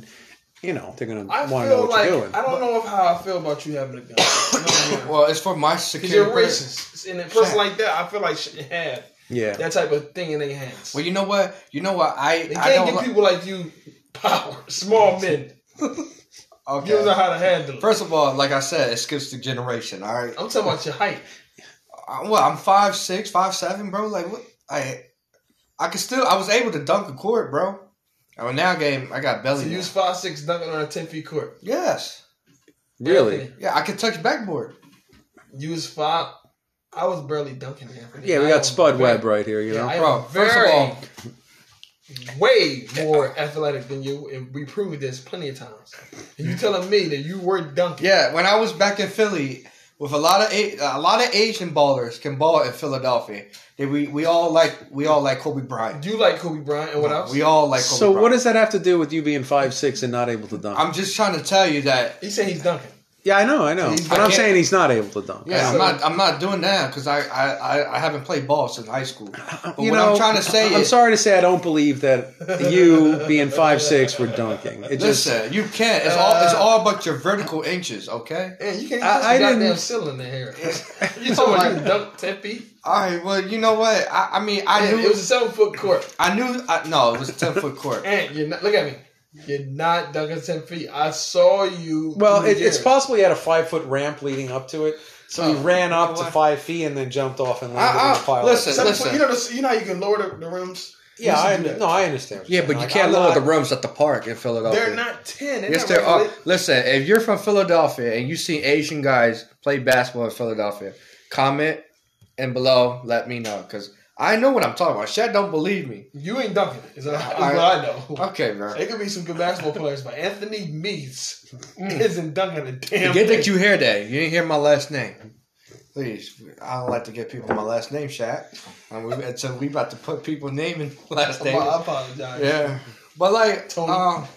S1: you know they're going to
S3: I
S1: want to know
S3: feel
S1: what
S3: like
S1: you're doing.
S3: I don't know if how I feel about you having a gun.
S2: Well, it's for my
S3: Because
S2: security.
S3: you're racist. And a person like that, I feel like shouldn't have.
S1: Yeah.
S3: That type of thing in their hands.
S2: Well, you know what? You know what? I
S3: They
S2: I
S3: can't
S2: don't.
S3: give
S2: li-
S3: people like you power. Small men. You don't know
S2: okay.
S3: how to handle it.
S2: First of all, like I said, it skips the generation. All right.
S3: I'm talking about your height.
S2: I, well, Uh, I'm five six, five seven, bro. Like what? I I could still. I was able to dunk a court, bro. I mean, now game. I got
S3: So
S2: belly.
S3: you
S2: now.
S3: was five six dunking on a ten feet court.
S2: yes.
S1: Really?
S3: Anthony,
S2: Yeah, I could touch backboard.
S3: You was five. I was barely dunking. Anthony.
S1: Yeah, we
S3: I
S1: got
S3: was
S1: Spud
S3: very-
S1: Webb right here. You
S3: Yeah,
S1: know,
S3: I am
S2: Bro, first of
S3: very-
S2: all-
S3: way more athletic than you, and we proved this plenty of times. And you telling me that you were dunking?
S2: Yeah, when I was back in Philly with a lot of A- a lot of Asian ballers can ball in Philadelphia. They, we we all like we all like Kobe Bryant.
S3: You like Kobe Bryant and what else?
S2: We all like Kobe
S1: so
S2: Bryant.
S1: what does that have to do with you being five six and not able to dunk?
S2: I'm just trying to tell you that.
S3: He said he's dunking.
S1: yeah, I know, I know,
S2: He's-
S1: but
S2: I
S1: I'm
S2: can't-
S1: saying he's not able to dunk.
S2: Yeah,
S3: So-
S2: I'm not. I'm not doing that because I, I, I- I haven't played ball since high school. But
S1: Uh, You
S2: what
S1: know,
S2: I'm trying to say
S1: I'm
S2: is,
S1: sorry to say, I don't believe that you being five six were dunking. It just,
S2: listen, you can't. It's all. It's all about your vertical inches. Okay.
S3: Man, you can't even
S1: I-
S3: touch
S1: I
S3: the goddamn
S1: didn't-
S3: ceiling in the hair. You talking about you dunked ten feet?
S2: All right. Well, you know what? I, I mean, I
S3: And
S2: knew.
S3: it was a seven foot court.
S2: I knew. I, no, it was a ten foot court.
S3: And you're not. Look at me. You're not dunking ten feet. I saw you.
S1: well,
S3: through
S1: it,
S3: the
S1: it's
S3: years.
S1: possible he had a five foot ramp leading up to it, so he
S2: Oh,
S1: ran
S2: you
S1: up
S2: know
S1: to
S2: what?
S1: five feet and then jumped off and landed
S2: I-
S1: in
S2: I-
S1: the pile.
S2: listen,
S3: Seven foot,
S2: listen.
S3: you know, the, you know how you can lower the, the rims. You
S1: yeah,
S3: used to
S1: I
S3: do that.
S1: no, I understand. what you're
S2: Yeah, but
S1: saying.
S2: you
S1: Like,
S2: can't
S1: I-
S2: lower the
S1: I-
S2: rooms at the park in Philadelphia.
S3: They're not ten. They're
S2: Yes,
S3: not
S2: there are.
S3: regulated.
S2: Listen, if you're from Philadelphia and you see Asian guys play basketball in Philadelphia, comment and below, let me know because I know what I'm talking about. Shad don't believe me.
S3: You ain't dunking. Is that, is
S2: I-
S3: what I know.
S2: Okay, bro.
S3: It could be some good basketball players, but Anthony Meads isn't dunking a damn
S2: Forget that
S3: thing.
S2: you hear that. You didn't hear my last name. Please, I don't like to give people my last name, Shad. And we, and so we about to put people's name in last name.
S3: I apologize.
S2: Yeah, but like,
S3: Tony.
S2: um,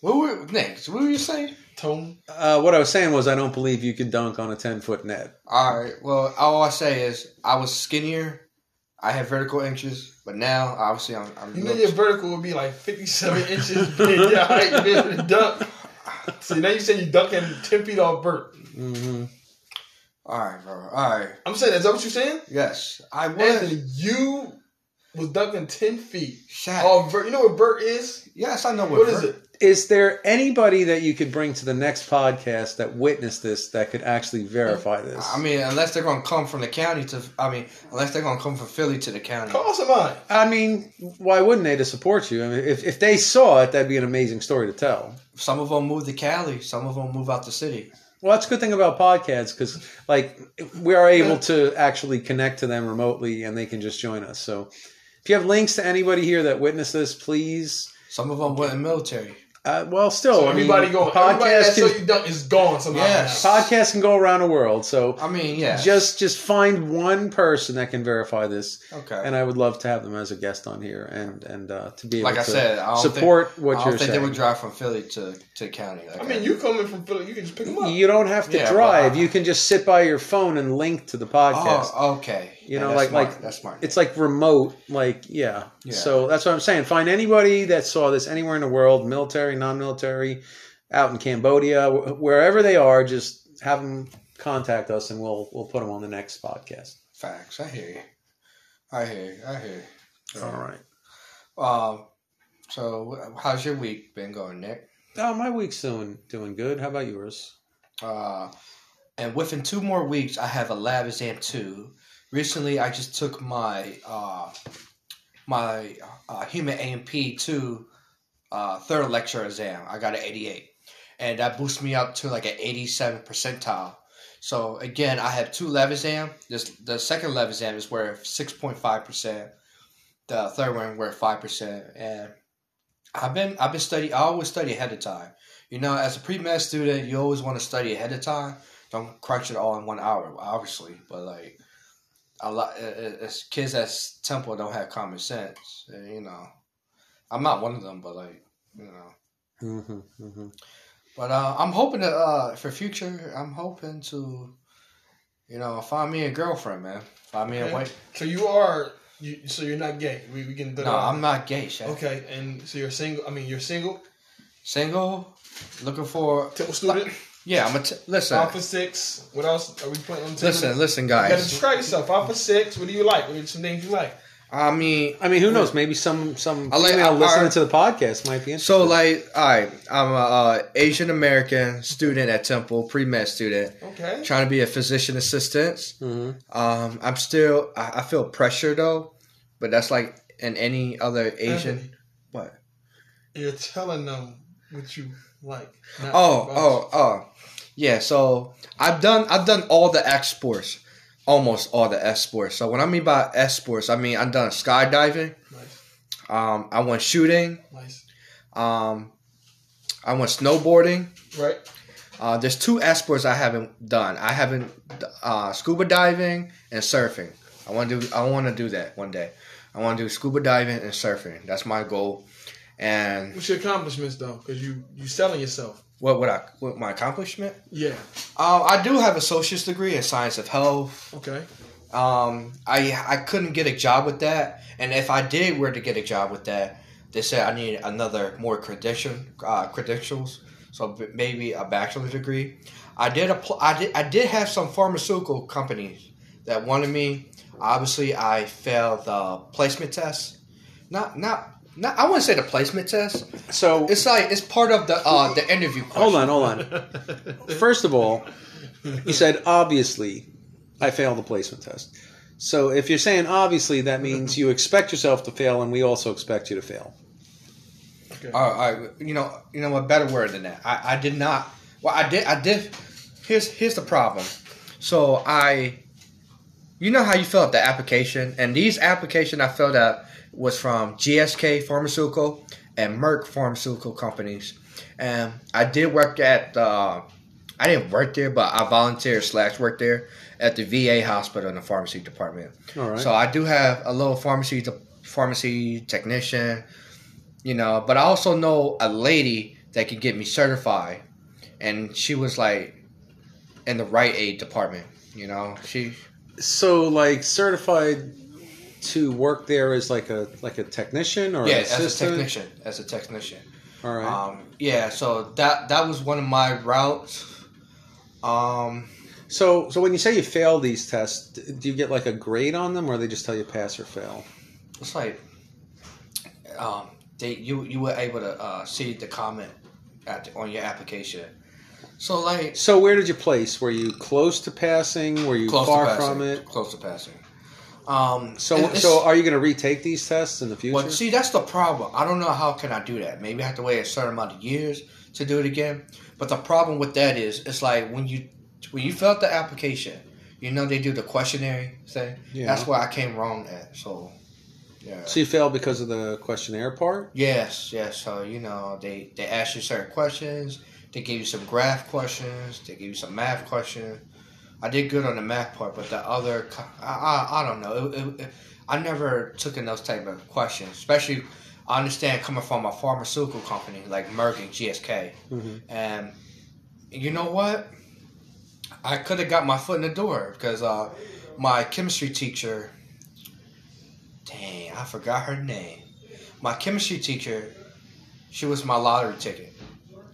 S2: what were next? What were you saying?
S3: Tone.
S1: Uh, what I was saying was, I don't believe you could dunk on a ten foot net.
S2: All right. Well, all I say is I was skinnier. I had vertical inches, but now obviously I'm. I'm
S3: You knew your vertical would be like 57 inches big. Yeah, height, you been able to dunk. See, now you say you dunking 10 feet off vert.
S1: Mm-hmm.
S2: all right, bro. All right.
S3: I'm saying, is that what you're saying?
S2: Yes, I was.
S3: Anthony, you was dunking 10 feet
S2: Shaq.
S3: off vert. You know what vert is?
S2: Oh, yes, I know what,
S3: What is
S2: vert-
S3: it?
S1: Is there anybody that you could bring to the next podcast that witnessed this that could actually verify this?
S2: I mean, unless they're gonna come from the county to. I mean, unless they're gonna come from Philly to the county.
S3: Call somebody.
S1: I mean, why wouldn't they to support you? I mean, if, if they saw it, that'd be an amazing story to tell.
S2: Some of them move to Cali. Some of them move out the city.
S1: Well, that's a good thing about podcasts because, like, we are able to actually connect to them remotely, and they can just join us. So, if you have links to anybody here that witnessed this, please.
S2: Some of them went in military.
S1: Uh, well, still,
S3: So
S1: I mean,
S3: everybody going. Everybody that
S1: Podcast
S3: saw
S1: can,
S3: you dunk is gone somehow.
S2: Yes.
S1: podcasts can go around the world. So,
S2: I mean, yeah.
S1: just just find one person that can verify this,
S2: okay.
S1: and I would love to have them as a guest on here, and and uh, to be able
S2: like
S1: to
S2: I said, I don't
S1: support
S2: Think,
S1: what
S2: I don't
S1: you're
S2: think
S1: saying.
S2: they would drive from Philly to to county.
S3: I mean, you coming from Philly, you can just pick them up.
S1: You don't have to
S2: Yeah, well,
S1: drive.
S2: I-
S1: you can just sit by your phone and link to the podcast.
S2: Oh, okay.
S1: You know,
S2: that's
S1: like-
S2: smart.
S1: like-
S2: that's smart.
S1: It's like remote, like yeah.
S2: Yeah.
S1: So that's what I'm saying. Find anybody that saw this anywhere in the world, military, non-military, out in Cambodia, wh- wherever they are. Just have them contact us, and we'll we'll put them on the next podcast.
S2: Facts. I hear you. I hear you. I hear you.
S1: All right.
S2: Um, so, wh- how's your week been going, Nick?
S1: Oh, my week's doing doing good. How about yours?
S2: Uh, and within two more weeks, I have a lab exam too. Recently, I just took my uh, my uh, human AMP two uh, third lecture exam. I got an eighty eight, and that boosts me up to like an eighty seven percentile. So again, I have two lab exam. This the second lab exam is worth six point five percent. The third one worth five percent, and I've been I've been study. I always study ahead of time. You know, as a pre med student, you always want to study ahead of time. Don't crunch it all in one hour, obviously. But like a lot, uh, uh, it's kids at Temple don't have common sense. and, You know, I'm not one of them, but like you know.
S1: Mm-hmm, mm-hmm.
S2: But uh, I'm hoping to uh, for future. I'm hoping to, you know, find me a girlfriend, man. Find me a
S3: Okay.
S2: wife.
S3: So you are, you, so you're not gay. We, we can.
S2: No, I'm not gay. Shaq.
S3: Okay, and so you're single. I mean, you're single,
S2: Single, looking for
S3: temple student.
S2: Yeah, I'm gonna t- listen.
S3: Five for six. What else are we playing on? 10
S2: Listen,
S3: minutes?
S2: listen,
S3: You gotta
S2: guys.
S3: describe yourself. Five for six. What do you like? What are some things you like?
S2: I mean,
S1: I mean, who knows? Maybe some some
S2: I like-
S1: female
S2: I-
S1: listening
S2: I-
S1: to the podcast might be interested.
S2: so like, all right, I'm a uh, Asian American student at Temple, pre med student,
S3: Okay.
S2: trying to be a physician assistant.
S1: Mhm.
S2: Um, I'm still, I, I feel pressure though, but that's like in any other Asian. What?
S3: You're telling them what you like. not
S2: Oh,
S3: about
S2: oh, oh. Yeah, so I've done I've done all the exports. Almost all the exports. So when I mean by exports, I mean I've done skydiving.
S3: you. Nice,
S2: Um, I went shooting.
S3: nice.
S2: Um, I went snowboarding.
S3: Right.
S2: Uh, there's two exports I haven't done. I haven't uh, scuba diving and surfing. I want to do. I want to do that one day. I want to do scuba diving and surfing. That's my goal. And
S3: What's your accomplishments though? Because you you selling yourself.
S2: what would I? What my accomplishment?
S3: Yeah.
S2: Um, I do have a associate's degree in science of health.
S3: Okay.
S2: Um, I I couldn't get a job with that, and if I did were to get a job with that, they said I needed another more credential uh, credentials, so b- maybe a bachelor's degree. I did apply. I did I did have some pharmaceutical companies that wanted me. Obviously, I failed the placement test. Not not. not I wouldn't say the placement test.
S1: So
S2: It's like it's part of the uh, the interview. Question.
S1: hold on, hold on. First of all, you said obviously I failed the placement test. So if you're saying obviously, that means you expect yourself to fail, and we also expect you to fail.
S2: All right, you know, you know a better word than that. I, I did not. Well, I did. I did. Here's here's the problem. So I, you know how you fill out the application, and these application I filled out was from GSK Pharmaceutical and Merck Pharmaceutical companies, and I did work at the. I didn't work there, but I volunteered slash worked there at the VA hospital in the pharmacy department.
S1: All right.
S2: So I do have a little pharmacy pharmacy technician, you know, but I also know a lady that could get me certified, and she was like in the right aid department, you know. She
S1: So like certified to work there as like a like a technician or
S2: yeah,
S1: an
S2: as a
S1: assistant.
S2: technician, as a technician.
S1: All right.
S2: Um, yeah, so that that was one of my routes. Um,
S1: So, so when you say you fail these tests, d- do you get like a grade on them, or they just tell you pass or fail?
S2: it's like um, they you you were able to uh, see the comment at on your application. So like
S1: So, where did you place? Were you close to passing? Were you
S2: close
S1: far
S2: to passing,
S1: from it?
S2: Close to passing. Um, it-
S1: So,
S2: it's-
S1: so are you going to retake these tests in the future?
S2: well, see, that's the problem. I don't know how can I do that. Maybe I have to wait a certain amount of years to do it again. But the problem with that is, it's like when you when you fill out the application, you know they do the questionnaire thing.
S1: Yeah.
S2: That's where I came wrong at. So, yeah.
S1: so you failed because of the questionnaire part.
S2: Yes, yes. So you know they they ask you certain questions. They give you some graph questions. They give you some math questions. I did good on the math part, but the other co- I I, I don't know. It, it, it- I never took in those type of questions, especially. I understand coming from a pharmaceutical company like Merck and GSK,
S1: Mhm.
S2: and you know what? I could have got my foot in the door because uh, my chemistry teacher, dang, I forgot her name my chemistry teacher, she was my lottery ticket.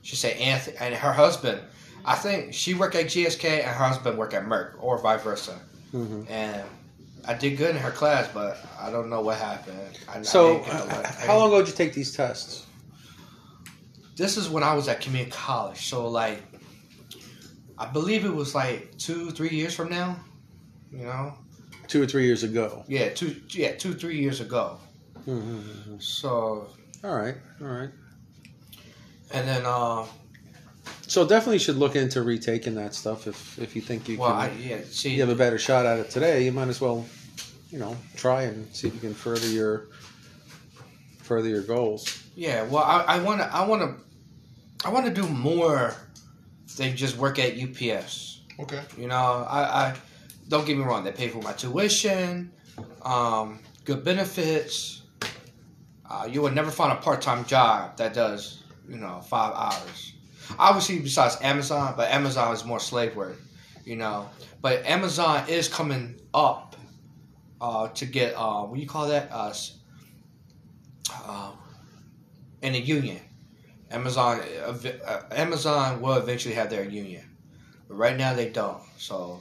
S2: She said Anthony and her husband. I think she worked at GSK and her husband worked at Merck, or vice versa.
S1: hmm
S2: And I did good in her class, but I don't know what happened. I, I
S1: So,
S2: didn't get the
S1: uh,
S2: letter.
S1: how long ago did you take these tests?
S2: This is when I was at community college. So like, I believe it was like two, three years from now. You know,
S1: Two or three years ago.
S2: yeah, two, yeah, two, three years ago. Mm-hmm.
S1: Mhm.
S2: So
S1: All right, all right.
S2: and then uh,
S1: So definitely should look into retaking that stuff if if you think you
S2: well,
S1: can.
S2: I, yeah, see,
S1: you have a better shot at it today, you might as well, you know, try and see if you can further your further your goals.
S2: Yeah, well, I want to, I want to, I want to do more than just work at UPS.
S3: Okay.
S2: You know, I, I don't get me wrong, they pay for my tuition, um, good benefits. Uh, you will never find a part-time job that does, you know, five hours. Obviously, besides Amazon, but Amazon is more slave work, you know. But Amazon is coming up uh, to get uh, what do you call that? Us uh, in a union. Amazon ev- uh, Amazon will eventually have their union, but right now they don't. So,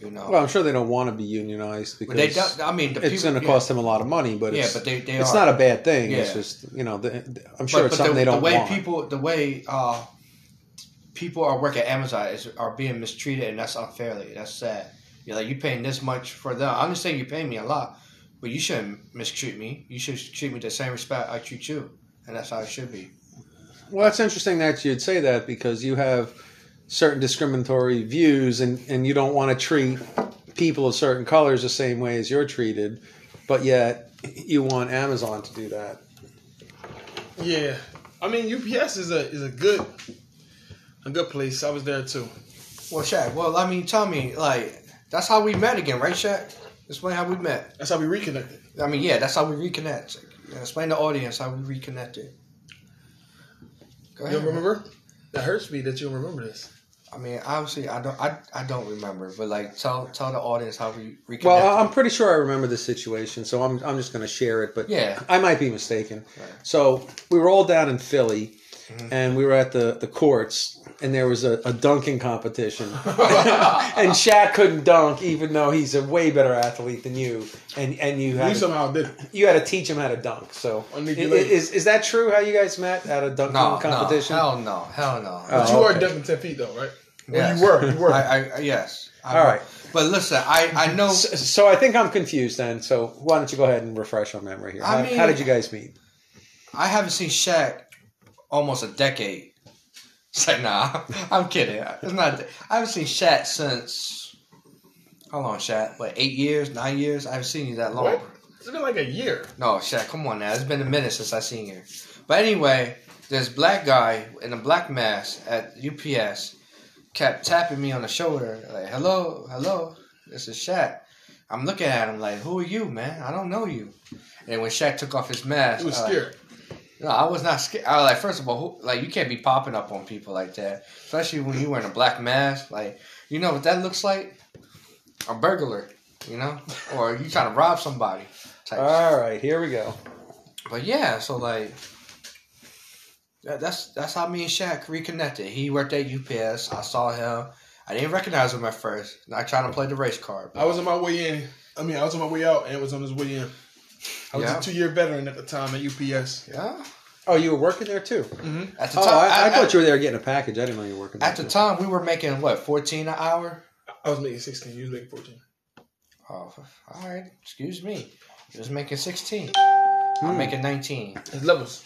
S2: you know,
S1: Well, I'm sure they don't want to be unionized because
S2: but they don't. I mean, the
S1: it's
S2: people-
S1: going to
S2: yeah.
S1: cost them a lot of money. But
S2: Yeah,
S1: it's,
S2: but they- they
S1: it's
S2: are.
S1: not a bad thing. It's
S2: Yeah.
S1: just you know, the, I'm sure it's something
S2: the,
S1: they don't
S2: the way
S1: want.
S2: people the way uh, people are working at Amazon is are being mistreated and that's unfairly. That's sad. You're like you paying this much for them. I understand you paying me a lot, but you shouldn't mistreat me. You should treat me the same respect I treat you. And that's how it should be.
S1: Well, that's interesting that you'd say that because you have certain discriminatory views and, and you don't want to treat people of certain colors the same way as you're treated, but yet you want Amazon to do that.
S3: Yeah, I mean UPS is a is a good a good place. I was there too.
S2: Well, Shaq. Well, I mean, tell me, like, that's how we met again, right, Shaq? Explain how we met.
S3: That's how we reconnected.
S2: I mean, yeah, that's how we reconnect. Explain to the audience how we reconnected. Go
S3: You
S2: ahead.
S3: don't remember? That hurts me that you don't remember this.
S2: I mean, obviously, I don't, I, I don't remember, but like, tell, tell the audience how we reconnected.
S1: Well, I- I'm pretty sure I remember this situation, so I'm, I'm just going to share it, but
S2: Yeah.
S1: I might be mistaken.
S2: Right. Mm-hmm.
S1: So we were all down in Philly. And we were at the, the courts, and there was a, a dunking competition. and Shaq couldn't dunk, even though he's a way better athlete than you. And and you had Oh,
S3: We
S1: to-
S3: somehow did. it.
S1: you had to teach him how to dunk. So i- i-
S3: Under your leg.
S1: is is that true? How you guys met at a dunking
S2: no,
S1: competition?
S2: no, hell no, hell no.
S1: Oh,
S3: But you
S1: okay.
S3: are dunking ten feet though, right?
S2: Yes.
S3: Well, you were. You were.
S2: I, I, yes. I
S1: All
S2: will.
S1: right.
S2: But listen, I, I know.
S1: So, so I think I'm confused then. So why don't you go ahead and refresh our memory here? How,
S2: I mean-
S1: how did you guys meet?
S2: I haven't seen Shaq almost a decade. It's like, nah, I'm kidding. It's not. I haven't seen Shaq since how long? Shaq? What? Eight years? Nine years? I haven't seen you that long.
S3: What? It's been like a year.
S2: No, Shaq, come on now. It's been a minute since I seen you. But anyway, this black guy in a black mask at UPS kept tapping me on the shoulder, like, hello, hello, this is Shaq. I'm looking at him like, who are you, man? I don't know you. And when Shaq took off his mask,
S3: It was
S2: I like,
S3: scared.
S2: no, I was not scared. I was like, first of all, who, like you can't be popping up on people like that, especially when you're wearing a black mask. Like, you know what that looks like? A burglar, you know, or you trying to rob somebody. Type
S1: All right, here we go.
S2: But yeah, so like, that, that's that's how me and Shaq reconnected. He worked at UPS. I saw him. I didn't recognize him at first. Not trying to play the race card.
S3: I was on my way in. I mean, I was on my way out, and it was on his way in. I was
S2: Yeah.
S3: a two-year veteran at the time at UPS.
S2: yeah.
S1: Oh, you were working there too.
S2: At the
S1: Oh,
S2: time,
S1: I, I thought you were there getting a package. I didn't know you were working.
S2: At the
S1: there.
S2: time, we were making what fourteen an hour.
S3: I was making sixteen. You was making fourteen.
S2: Oh, all right. Excuse me. You're just making 16.
S1: Hmm.
S2: I'm making 19. Good
S3: It's levels.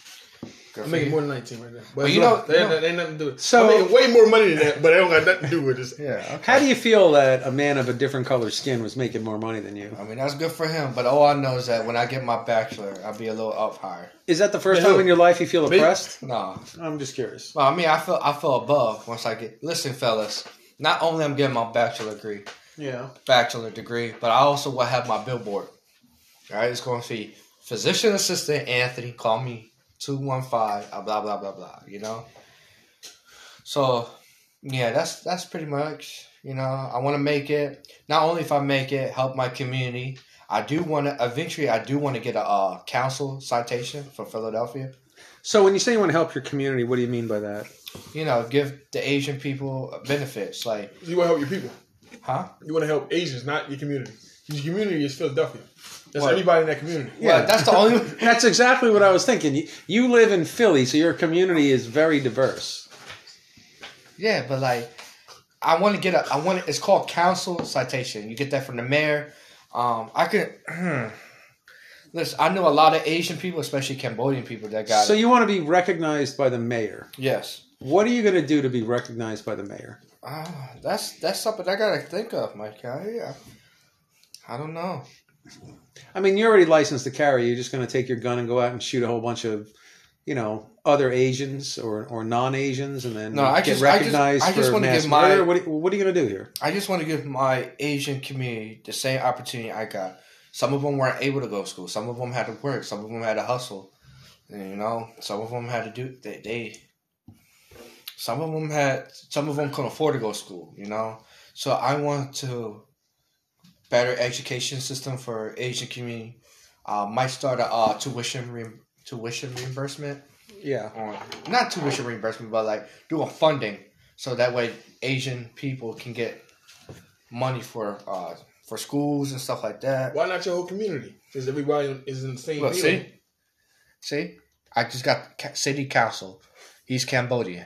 S2: for
S3: I'm making
S2: you.
S3: more than 19 right now. But,
S2: you
S3: you
S2: know-
S3: know, they,
S2: you know-
S3: they ain't nothing to do with it.
S1: So-
S3: So, I'm making way more money than that, but I don't got nothing to do with this.
S2: Yeah. Okay.
S1: How do you feel that a man of a different color skin was making more money than you?
S2: I mean, that's good for him. But all I know is that when I get my bachelor, I'll be a little up higher.
S1: Is that the first
S3: Yeah,
S1: time
S3: who?
S1: in your life you feel
S3: Me?
S1: oppressed?
S2: No.
S1: I'm just curious.
S2: Well, I mean, I feel I feel above once I get. Listen, fellas. Not only I'm getting my bachelor degree,
S3: Yeah.
S2: bachelor degree, but I also will have my billboard. All right, it's going to be physician assistant Anthony. Call me two one five. uh, Blah blah blah blah. You know. So, yeah, that's that's pretty much. You know, I want to make it. Not only if I make it, help my community. I do want to eventually. I do want to get a uh, council citation for Philadelphia.
S1: So when you say you want to help your community, what do you mean by that?
S2: You know, give the Asian people benefits. Like,
S3: You want to help your people.
S2: huh?
S3: You want to help Asians, not your community. Your community is Philadelphia. That's
S2: What?
S3: everybody in that community.
S1: Yeah.
S2: Well, that's the only.
S1: That's exactly what I was thinking. You, you live in Philly, so your community is very diverse.
S2: Yeah, but like, I want to get a. I want it's called council citation. You get that from the mayor. Um, I could. listen, I know a lot of Asian people, especially Cambodian people, that got.
S1: So
S2: it.
S1: you want to be recognized by the mayor.
S2: yes,
S1: What are you going to do to be recognized by the mayor?
S2: uh, that's that's something I gotta think of, Mike. I, I, I don't know.
S1: I mean, you're already licensed to carry. You're just going to take your gun and go out and shoot a whole bunch of, you know, other Asians or, or non Asians, and then
S2: No, I
S1: get
S2: just- I just-
S1: recognized
S2: I just
S1: for
S2: wanna
S1: mass
S2: give my-
S1: murder? What, are- what are you going to do here?
S2: I just want to give my Asian community the same opportunity I got. Some of them weren't able to go to school. Some of them had to work. Some of them had to hustle. You know, some of them had to do they. they some of them had. Some of them couldn't afford to go to school. You know, so I want to better education system for Asian community. Uh, might start a uh, tuition re- tuition reimbursement
S1: Yeah.
S2: on not tuition reimbursement, but like do a funding so that way Asian people can get money for uh for schools and stuff like that.
S3: Why not your whole community? Because everybody is in the same
S2: Look,
S3: field.
S2: see, see, I just got ca- city council. He's Cambodian.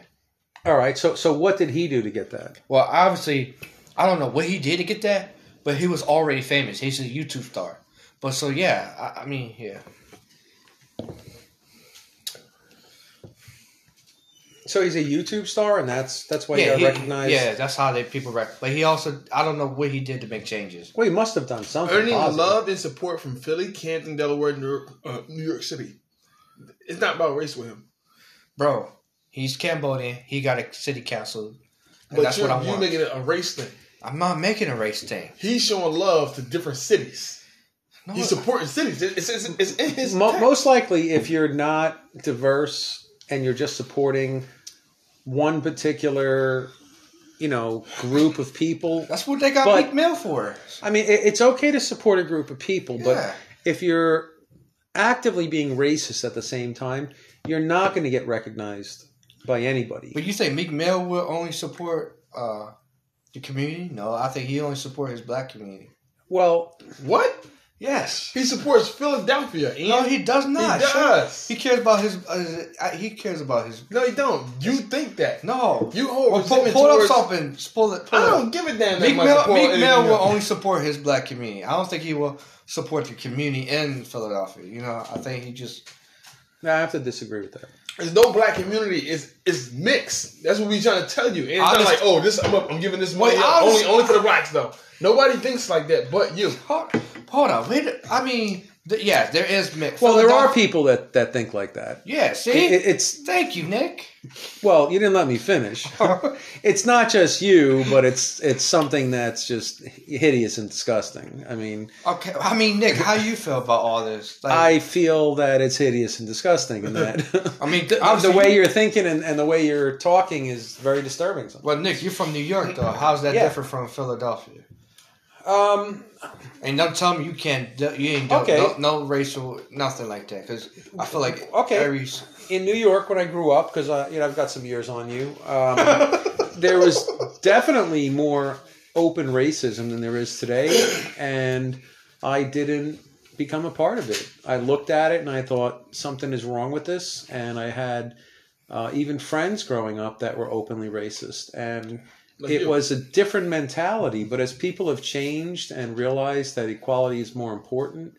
S1: All right. So so what did he do to get that?
S2: Well, obviously, I don't know what he did to get that, but he was already famous. He's a YouTube star. But so yeah, I, I mean yeah,
S1: So he's a YouTube star, and that's that's why he
S2: yeah,
S1: got
S2: he-
S1: recognized.
S2: yeah. That's how they people rec. But he also, I don't know what he did to make changes.
S1: Well, he must have done something.
S3: Earning
S1: positive.
S3: love and support from Philly, Canton, Delaware, New York, uh, New York City. It's not about race with him.
S2: bro, he's Cambodian. He got a city council. And
S3: But
S2: that's
S3: you're,
S2: what I
S3: you
S2: want.
S3: making it a race thing.
S2: I'm not making a race thing.
S3: He's showing love to different cities.
S2: No,
S3: He's supporting cities. It's, it's, it's, in his
S1: Mo-
S3: text.
S1: most likely, if you're not diverse and you're just supporting one particular, you know, group of people,
S2: that's what they got
S1: But-
S2: Meek Mill for.
S1: I mean, it, it's okay to support a group of people,
S2: Yeah.
S1: but if you're actively being racist at the same time, you're not going to get recognized by anybody.
S2: But you say Meek Mill will only support uh, the community? No, I think he only support his black community.
S1: Well,
S3: What?
S2: Yes.
S3: He supports Philadelphia. Ian.
S2: No, he does not.
S3: He does.
S2: He cares about his. Uh, uh, he cares about his.
S3: no, he don't. You think that?
S2: No.
S3: You hold
S2: Well, pull,
S3: resentment
S2: pull up
S3: towards-
S2: something. Pull it. Pull
S3: I
S2: it.
S3: don't give a damn. that
S2: Meek
S3: much
S2: Mill,
S3: support
S2: Meek Mill
S3: anything
S2: will
S3: else.
S2: only support his black community. I don't think he will support the community in Philadelphia. You know, I think he just
S1: I have to disagree with that.
S3: There's no black community. It's it's mixed. That's what we trying to tell you. And it's not
S2: Honest-
S3: like, oh, this I'm, up, I'm giving this money
S2: Wait,
S3: up, only
S2: honest-
S3: only to the blacks though. Nobody thinks like that, but you.
S2: hold, hold on. Wait, I mean, th- yeah, there is mix.
S1: Well, there are people that, that think like that.
S2: Yeah, see,
S1: It, it- it's
S2: thank you, Nick.
S1: well, you didn't let me finish. it's not just you, but it's it's something that's just hideous and disgusting. I mean,
S2: Okay, I mean, Nick, how you feel about all this? Like,
S1: I feel that it's hideous and disgusting, and that
S2: I mean,
S1: the, the
S2: obviously-
S1: way you're thinking and, and the way you're talking is very disturbing. Sometimes.
S2: Well, Nick, you're from New York, though. How's that
S1: Yeah.
S2: different from Philadelphia?
S1: Um,
S2: And don't tell me you can't. do- You ain't do,
S1: Okay.
S2: no, no racial nothing like that because I feel like
S1: Okay.
S2: every
S1: in New York when I grew up, because you know I've got some years on you, um, there was definitely more open racism than there is today, and I didn't become a part of it. I looked at it and I thought something is wrong with this, and I had uh, even friends growing up that were openly racist, and
S3: Like
S1: it
S3: you.
S1: was a different mentality. But as people have changed and realized that equality is more important.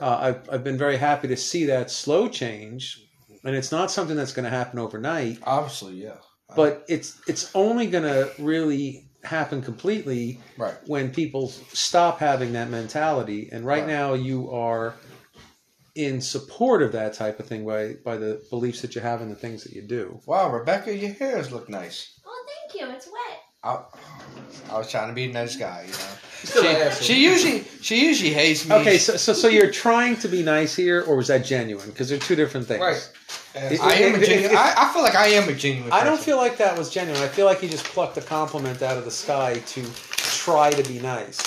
S1: Uh, I've, I've been very happy to see that slow change, and it's not something that's going to happen overnight.
S2: obviously, yeah,
S1: But it's it's only going to really happen completely
S2: right.
S1: when people stop having that mentality. And right,
S2: Right.
S1: now, you are in support of that type of thing by by the beliefs that you have and the things that you do.
S2: Wow, Rebecca, your hairs look nice.
S4: Oh, thank you. It's wet.
S2: I, I was trying to be a nice guy, you
S3: Still an
S2: know.
S3: asshole.
S2: She, she usually she usually hates me.
S1: Okay, so so, so you're trying to be nice here, or was that genuine? Because they're two different things.
S3: Right.
S1: If-
S2: I am a
S1: if- if-
S2: genuine. I, I feel like I am a genuine.
S1: I don't
S2: person.
S1: feel like that was genuine. I feel like he just plucked a compliment out of the sky to try to be nice.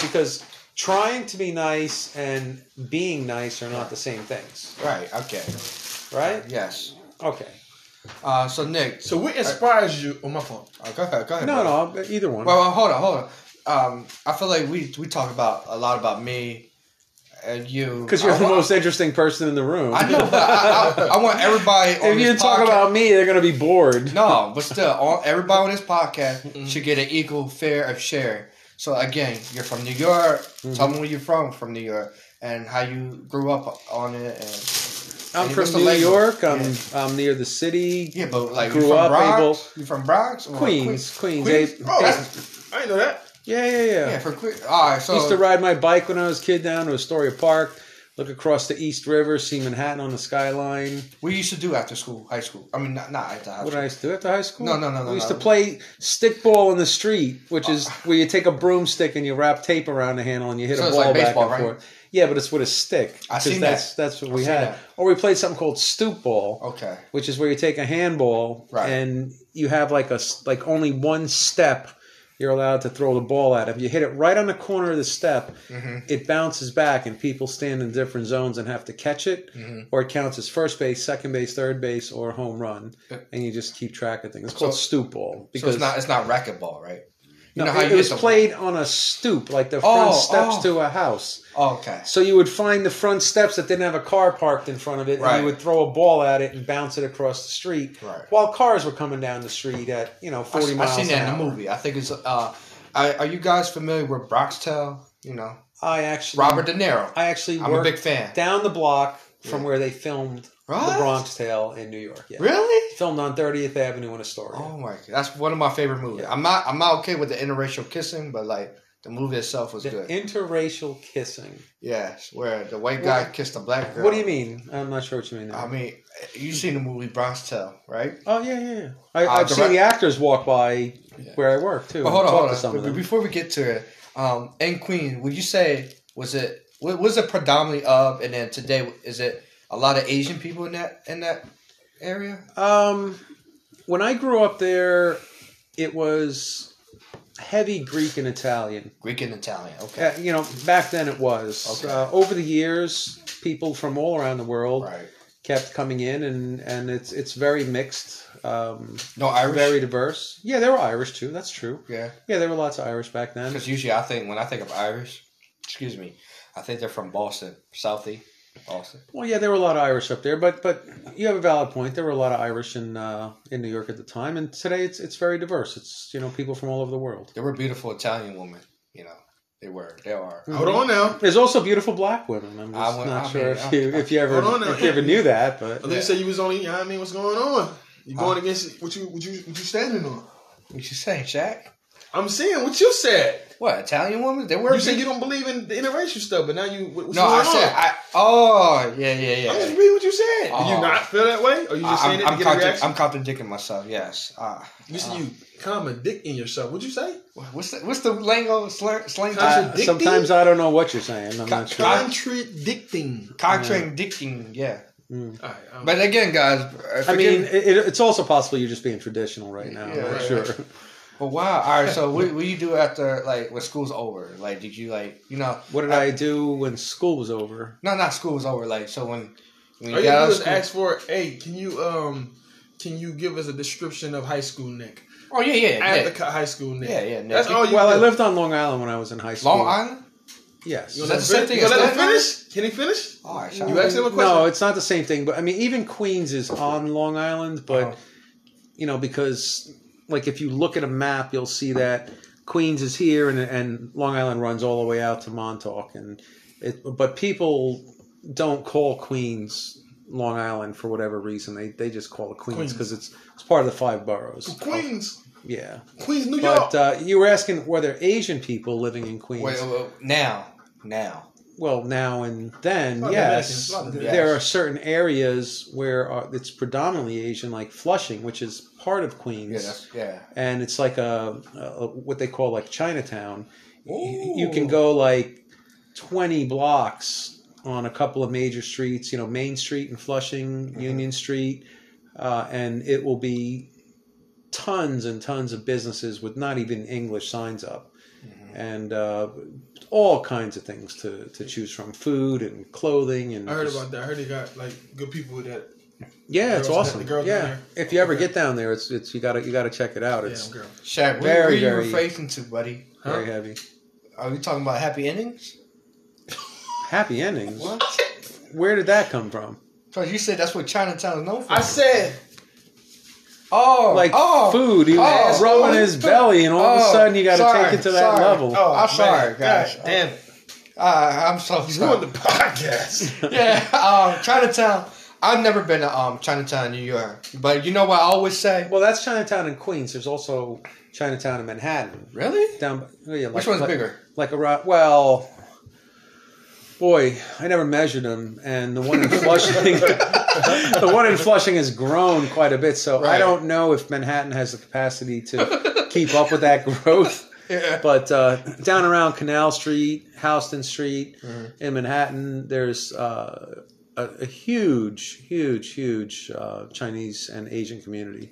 S1: Because trying to be nice and being nice are not the same things,
S2: right. Okay.
S1: right?
S2: Yes.
S1: Okay.
S2: Uh, so Nick,
S3: So what inspires you on my phone?
S2: uh, go ahead. Go ahead.
S1: No,
S2: bro.
S1: no, either one.
S2: Well, well, hold on, hold on. Um, I feel like we we talk about a lot about me and you
S1: Because you're
S2: I
S1: the
S2: want-
S1: most interesting person in the room.
S2: I know, but I, I, I want everybody. on
S1: if you
S2: this
S1: talk
S2: podcast-
S1: about me, they're going to be bored.
S2: No, but still, all, everybody on this podcast
S1: Mm-hmm.
S2: should get an equal fair of share. So again, you're from New York.
S1: Mm-hmm.
S2: Tell me where you're from, from New York, and how you grew up on it. And
S1: I'm
S2: Hey,
S1: from
S2: Mr.
S1: New
S2: Lego.
S1: York. I'm,
S2: Yeah.
S1: I'm near the city.
S2: yeah, but like
S1: Grew
S2: you from
S1: up
S2: Bronx.
S1: able-
S2: You from Bronx or
S1: Queens, Queens.
S2: Oh, Queens?
S1: They-
S3: Oh,
S1: they-
S3: that's, I didn't know that.
S1: yeah, yeah, yeah.
S2: Yeah, from Queens. All right, so
S1: used to ride my bike when I was a kid down to Astoria Park, look across the East River, see Manhattan on the skyline.
S2: we used to do after school, high school. I mean, not not after high
S1: What did
S2: school.
S1: I used to do after high school?
S2: No, no, no, no,
S1: We used
S2: no. Oh.
S1: to play stickball in the street, which is where you take a broomstick and you wrap tape around the handle and you hit
S2: So
S1: a
S2: it's
S1: ball
S2: like baseball,
S1: back and
S2: right?
S1: forth. Yeah, but it's with a stick.
S2: I
S1: 'cause
S2: seen
S1: that's, That's what we
S2: seen
S1: had.
S2: that.
S1: Or we played something called stoop ball,
S2: okay.
S1: which is where you take a handball
S2: Right.
S1: and you have like a s- like only one step. you're allowed to throw the ball at. If you hit it right on the corner of the step,
S2: Mhm.
S1: it bounces back, and people stand in different zones and have to catch it,
S2: Mhm.
S1: or it counts as first base, second base, third base, or home run,
S2: Yeah.
S1: and you just keep track of things. It's called
S2: So-
S1: stoop ball
S2: So it's not it's not racquetball, right?
S1: no,
S2: know how
S1: it,
S2: you
S1: it was
S2: hit the-
S1: played on a stoop, like the front
S2: Oh,
S1: steps
S2: oh.
S1: to a house.
S2: okay.
S1: So you would find the front steps that didn't have a car parked in front of it, and
S2: Right.
S1: you would throw a ball at it and bounce it across the street
S2: Right.
S1: while cars were coming down the street at you know forty
S2: I,
S1: miles.
S2: have seen
S1: an
S2: that in
S1: hour.
S2: the movie. I think it's. Uh, I, are you guys familiar with Broxtel? You know,
S1: I actually
S2: Robert De Niro.
S1: I actually
S2: I'm a
S1: worked
S2: big fan.
S1: down the block from
S2: Yeah.
S1: where they filmed
S2: Right?
S1: The Bronx Tale in New York. Yeah.
S2: Really?
S1: Filmed on 30th Avenue in Astoria.
S2: Oh my! God. That's one of my favorite movies.
S1: Yeah.
S2: I'm not. I'm not okay with the interracial kissing, but like the movie itself was
S1: the
S2: good.
S1: interracial kissing.
S2: yes, where the white guy
S1: What-
S2: kissed the black girl.
S1: What do you mean? I'm not sure what you mean. There.
S2: I mean, you seen the movie Broxtel, right?
S1: oh yeah, yeah. yeah. I,
S2: Uh,
S1: I've seen
S2: direct-
S1: the actors walk by
S2: Yeah.
S1: where I work too.
S2: But hold
S1: and
S2: on,
S1: talk
S2: hold
S1: to
S2: on.
S1: some of
S2: But
S1: them.
S2: Before we get to it, um, and Queen, would you say was it wa- was it predominantly of, and then today is it a lot of Asian people in that in that area?
S1: Um, when I grew up there, it was heavy Greek and Italian.
S2: Greek and Italian. Okay,
S1: Uh, you know, back then it was.
S2: Okay.
S1: Uh, over the years, people from all around the world
S2: right.
S1: kept coming in, and and it's it's very mixed, um,
S2: No Irish.
S1: very diverse. Yeah, there were Irish too. That's true.
S2: yeah,
S1: Yeah, there were lots of Irish back then.
S2: because usually I think when I think of Irish, excuse me, I think they're from Boston, Southie, Boston.
S1: Well, yeah, there were a lot of Irish up there, but but you have a valid point. There were a lot of Irish in uh, in New York at the time, and today it's it's very diverse. It's you know people from all over the world.
S2: They were beautiful Italian women. You know, they were. They are.
S3: Hold on now.
S1: There's also beautiful black women. I'm just
S2: I would-
S1: not
S2: I
S1: sure
S2: mean,
S1: if
S2: I-
S1: you if you ever
S3: Hold on now.
S1: if you ever knew that,
S3: At
S1: but
S3: least say you was only. You know what I mean, what's going on? You
S2: Huh?
S3: going against what you what you what you standing on?
S2: What you saying, Shaq?
S3: I'm saying what you said.
S2: What Italian women? They were.
S3: You said you don't believe in the interracial stuff, but now you what, what's
S2: no,
S3: going
S2: I said.
S3: on?
S2: I, oh, yeah, yeah, yeah.
S3: I'm just reading what you said. Do
S2: Oh.
S3: you not feel that way? Or you just saying
S2: I'm,
S3: it to
S2: I'm
S3: get a
S2: contra-
S3: reaction?
S2: I'm contradicting myself. Yes. Uh,
S3: you said you contradicting yourself. What'd you say?
S2: what's the what's the lingo slang? slang
S1: I,
S3: Contradict-
S2: contradicting?
S1: sometimes I don't know what you're saying. I'm not sure.
S3: Contradicting.
S2: contradicting. Yeah.
S1: Mm.
S3: All right, um,
S2: But again, guys, uh,
S1: I mean,
S2: forgive-
S1: it, it- it's also possible you're just being traditional right now. I'm
S2: Yeah,
S1: not
S2: right,
S1: sure.
S2: right. But wow. All right. So what, what do you do after like when school's over? Like, did you like you know?
S1: What did I do when school was over?
S2: No, not school was over. Like, so when when
S3: all
S2: you
S3: you
S2: got out
S3: do
S2: of
S3: is
S2: school.
S3: ask for, hey, can you um, can you give us a description of high school Nick?
S2: oh yeah, yeah,
S3: After
S2: yeah.
S3: co- high school Nick.
S2: Yeah, yeah, Nick.
S3: That's all you.
S1: well,
S3: do.
S1: I lived on Long Island when I was in high school.
S2: Long Island.
S1: Yes.
S3: You
S2: Is
S3: gonna
S2: that the same
S3: let-
S2: thing
S3: You
S2: as
S3: gonna let him
S2: Long Island?
S3: finish? Can he finish?
S2: All right.
S3: You asked him a question.
S1: No, it's not the same thing. But I mean, even Queens is on Long Island, but
S2: Uh-huh.
S1: you know, because like if you look at a map, you'll see that Queens is here, and and Long Island runs all the way out to Montauk, and it. But people don't call Queens Long Island for whatever reason. They they just call it Queens
S3: Queens.
S1: because it's it's part of the five
S2: Oh.
S1: boroughs.
S3: Queens,
S1: Yeah,
S3: Queens, New York.
S1: but uh, you were asking whether Asian people living in Queens.
S2: Wait, wait, wait, now, now.
S1: well now and then
S3: Oh,
S1: yes
S3: Dominicans, a lot of
S2: Dominicans.
S1: there are certain areas where uh, it's predominantly asian like flushing which is part of queens
S2: Yeah, that's, yeah.
S1: and it's like a, a what they call like chinatown Y- you can
S2: Ooh.
S1: go like 20 blocks on a couple of major streets you know main street in flushing
S3: Mm-hmm.
S1: union street uh, and it will be tons and tons of businesses with not even english signs up
S3: Mm-hmm.
S1: and uh, all kinds of things to, to choose from food and clothing
S2: uh,
S1: and
S3: I heard
S1: just-
S3: about that. I heard they got like good people that.
S1: yeah
S3: the
S1: it's
S3: girls-
S1: awesome
S3: the girls
S1: yeah
S3: down
S1: if you ever
S3: Okay.
S1: get down there it's it's you gotta you gotta check it out
S3: Yeah,
S1: it's
S3: girl.
S2: Shaq, what
S1: Very,
S2: where you
S1: very-
S2: referring to, buddy?
S1: very heavy
S2: Are we talking about happy endings?
S1: happy endings
S2: What?
S1: where did that come from
S2: Because you said that's what Chinatown is known for.
S3: I said
S2: oh,
S1: like
S2: oh,
S1: food he was
S2: oh,
S1: rubbing
S2: oh,
S1: his belly and all of a
S2: oh,
S1: sudden you gotta
S2: sorry,
S1: take it to that
S2: sorry.
S1: level
S2: Oh, I'm
S3: man,
S2: sorry, guys.
S3: God damn it.
S2: Uh, I'm so
S3: You ruined
S2: sorry.
S3: the podcast.
S2: yeah, um, Chinatown. I've never been to um, Chinatown, New York, but you know what I always say.
S1: well that's chinatown in queens there's also chinatown in manhattan
S2: Really?
S1: down by- oh, yeah, like,
S2: Which one's
S1: like-
S2: bigger?
S1: like around well boy i never measured them and the one in flushing the one in flushing has grown quite a bit so i
S2: Right.
S1: don't know if manhattan has the capacity to keep up with that growth
S2: Yeah.
S1: but uh, down around canal street houston street
S2: Mm-hmm.
S1: in manhattan there's uh, a, a huge huge huge uh, chinese and asian community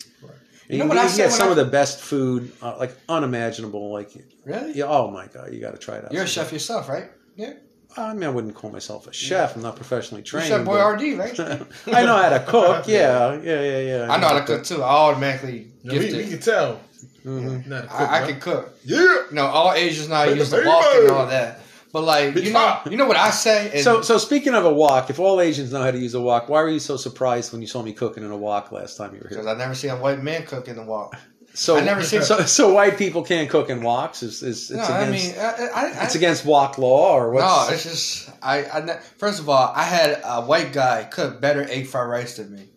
S2: You know
S1: he,
S2: what I
S1: he
S2: said
S1: had
S2: when
S1: some
S2: I-
S1: of the best food, uh, like unimaginable. Like,
S2: Really?
S1: yeah, oh my god, you got to try it out.
S2: You're a chef yourself, right? Yeah.
S1: I mean, I wouldn't call myself a chef. I'm not professionally
S2: You're
S1: trained.
S2: Chef Boy
S1: but-
S2: RD, right?
S1: I know how to cook. Yeah, yeah, yeah, yeah.
S2: I know how to cook too. I automatically
S3: No, we, we
S2: gifted.
S3: can tell.
S1: hmm
S3: Not a cook,
S2: I, I
S3: bro.
S2: can cook.
S3: Yeah.
S2: No, all Asians now
S3: Baby,
S2: use the walk
S3: baby.
S2: and all that. But like,
S3: Big
S2: you know,
S3: top.
S2: you know what I say. And
S1: So, so speaking of a wok, if all Asians know how to use a wok, why were you so surprised when you saw me cooking in a wok last time you were
S2: because
S1: here?
S2: I never seen a white man cook in the walk.
S1: So,
S2: I never seen-
S1: so, so white people can't cook in woks. Is is it's
S2: No, I
S1: against
S2: mean, I, I, I,
S1: it's against wok law or
S2: no,
S1: what's?
S2: it's just I, I. ne- First of all, I had a white guy cook better egg fried rice than me.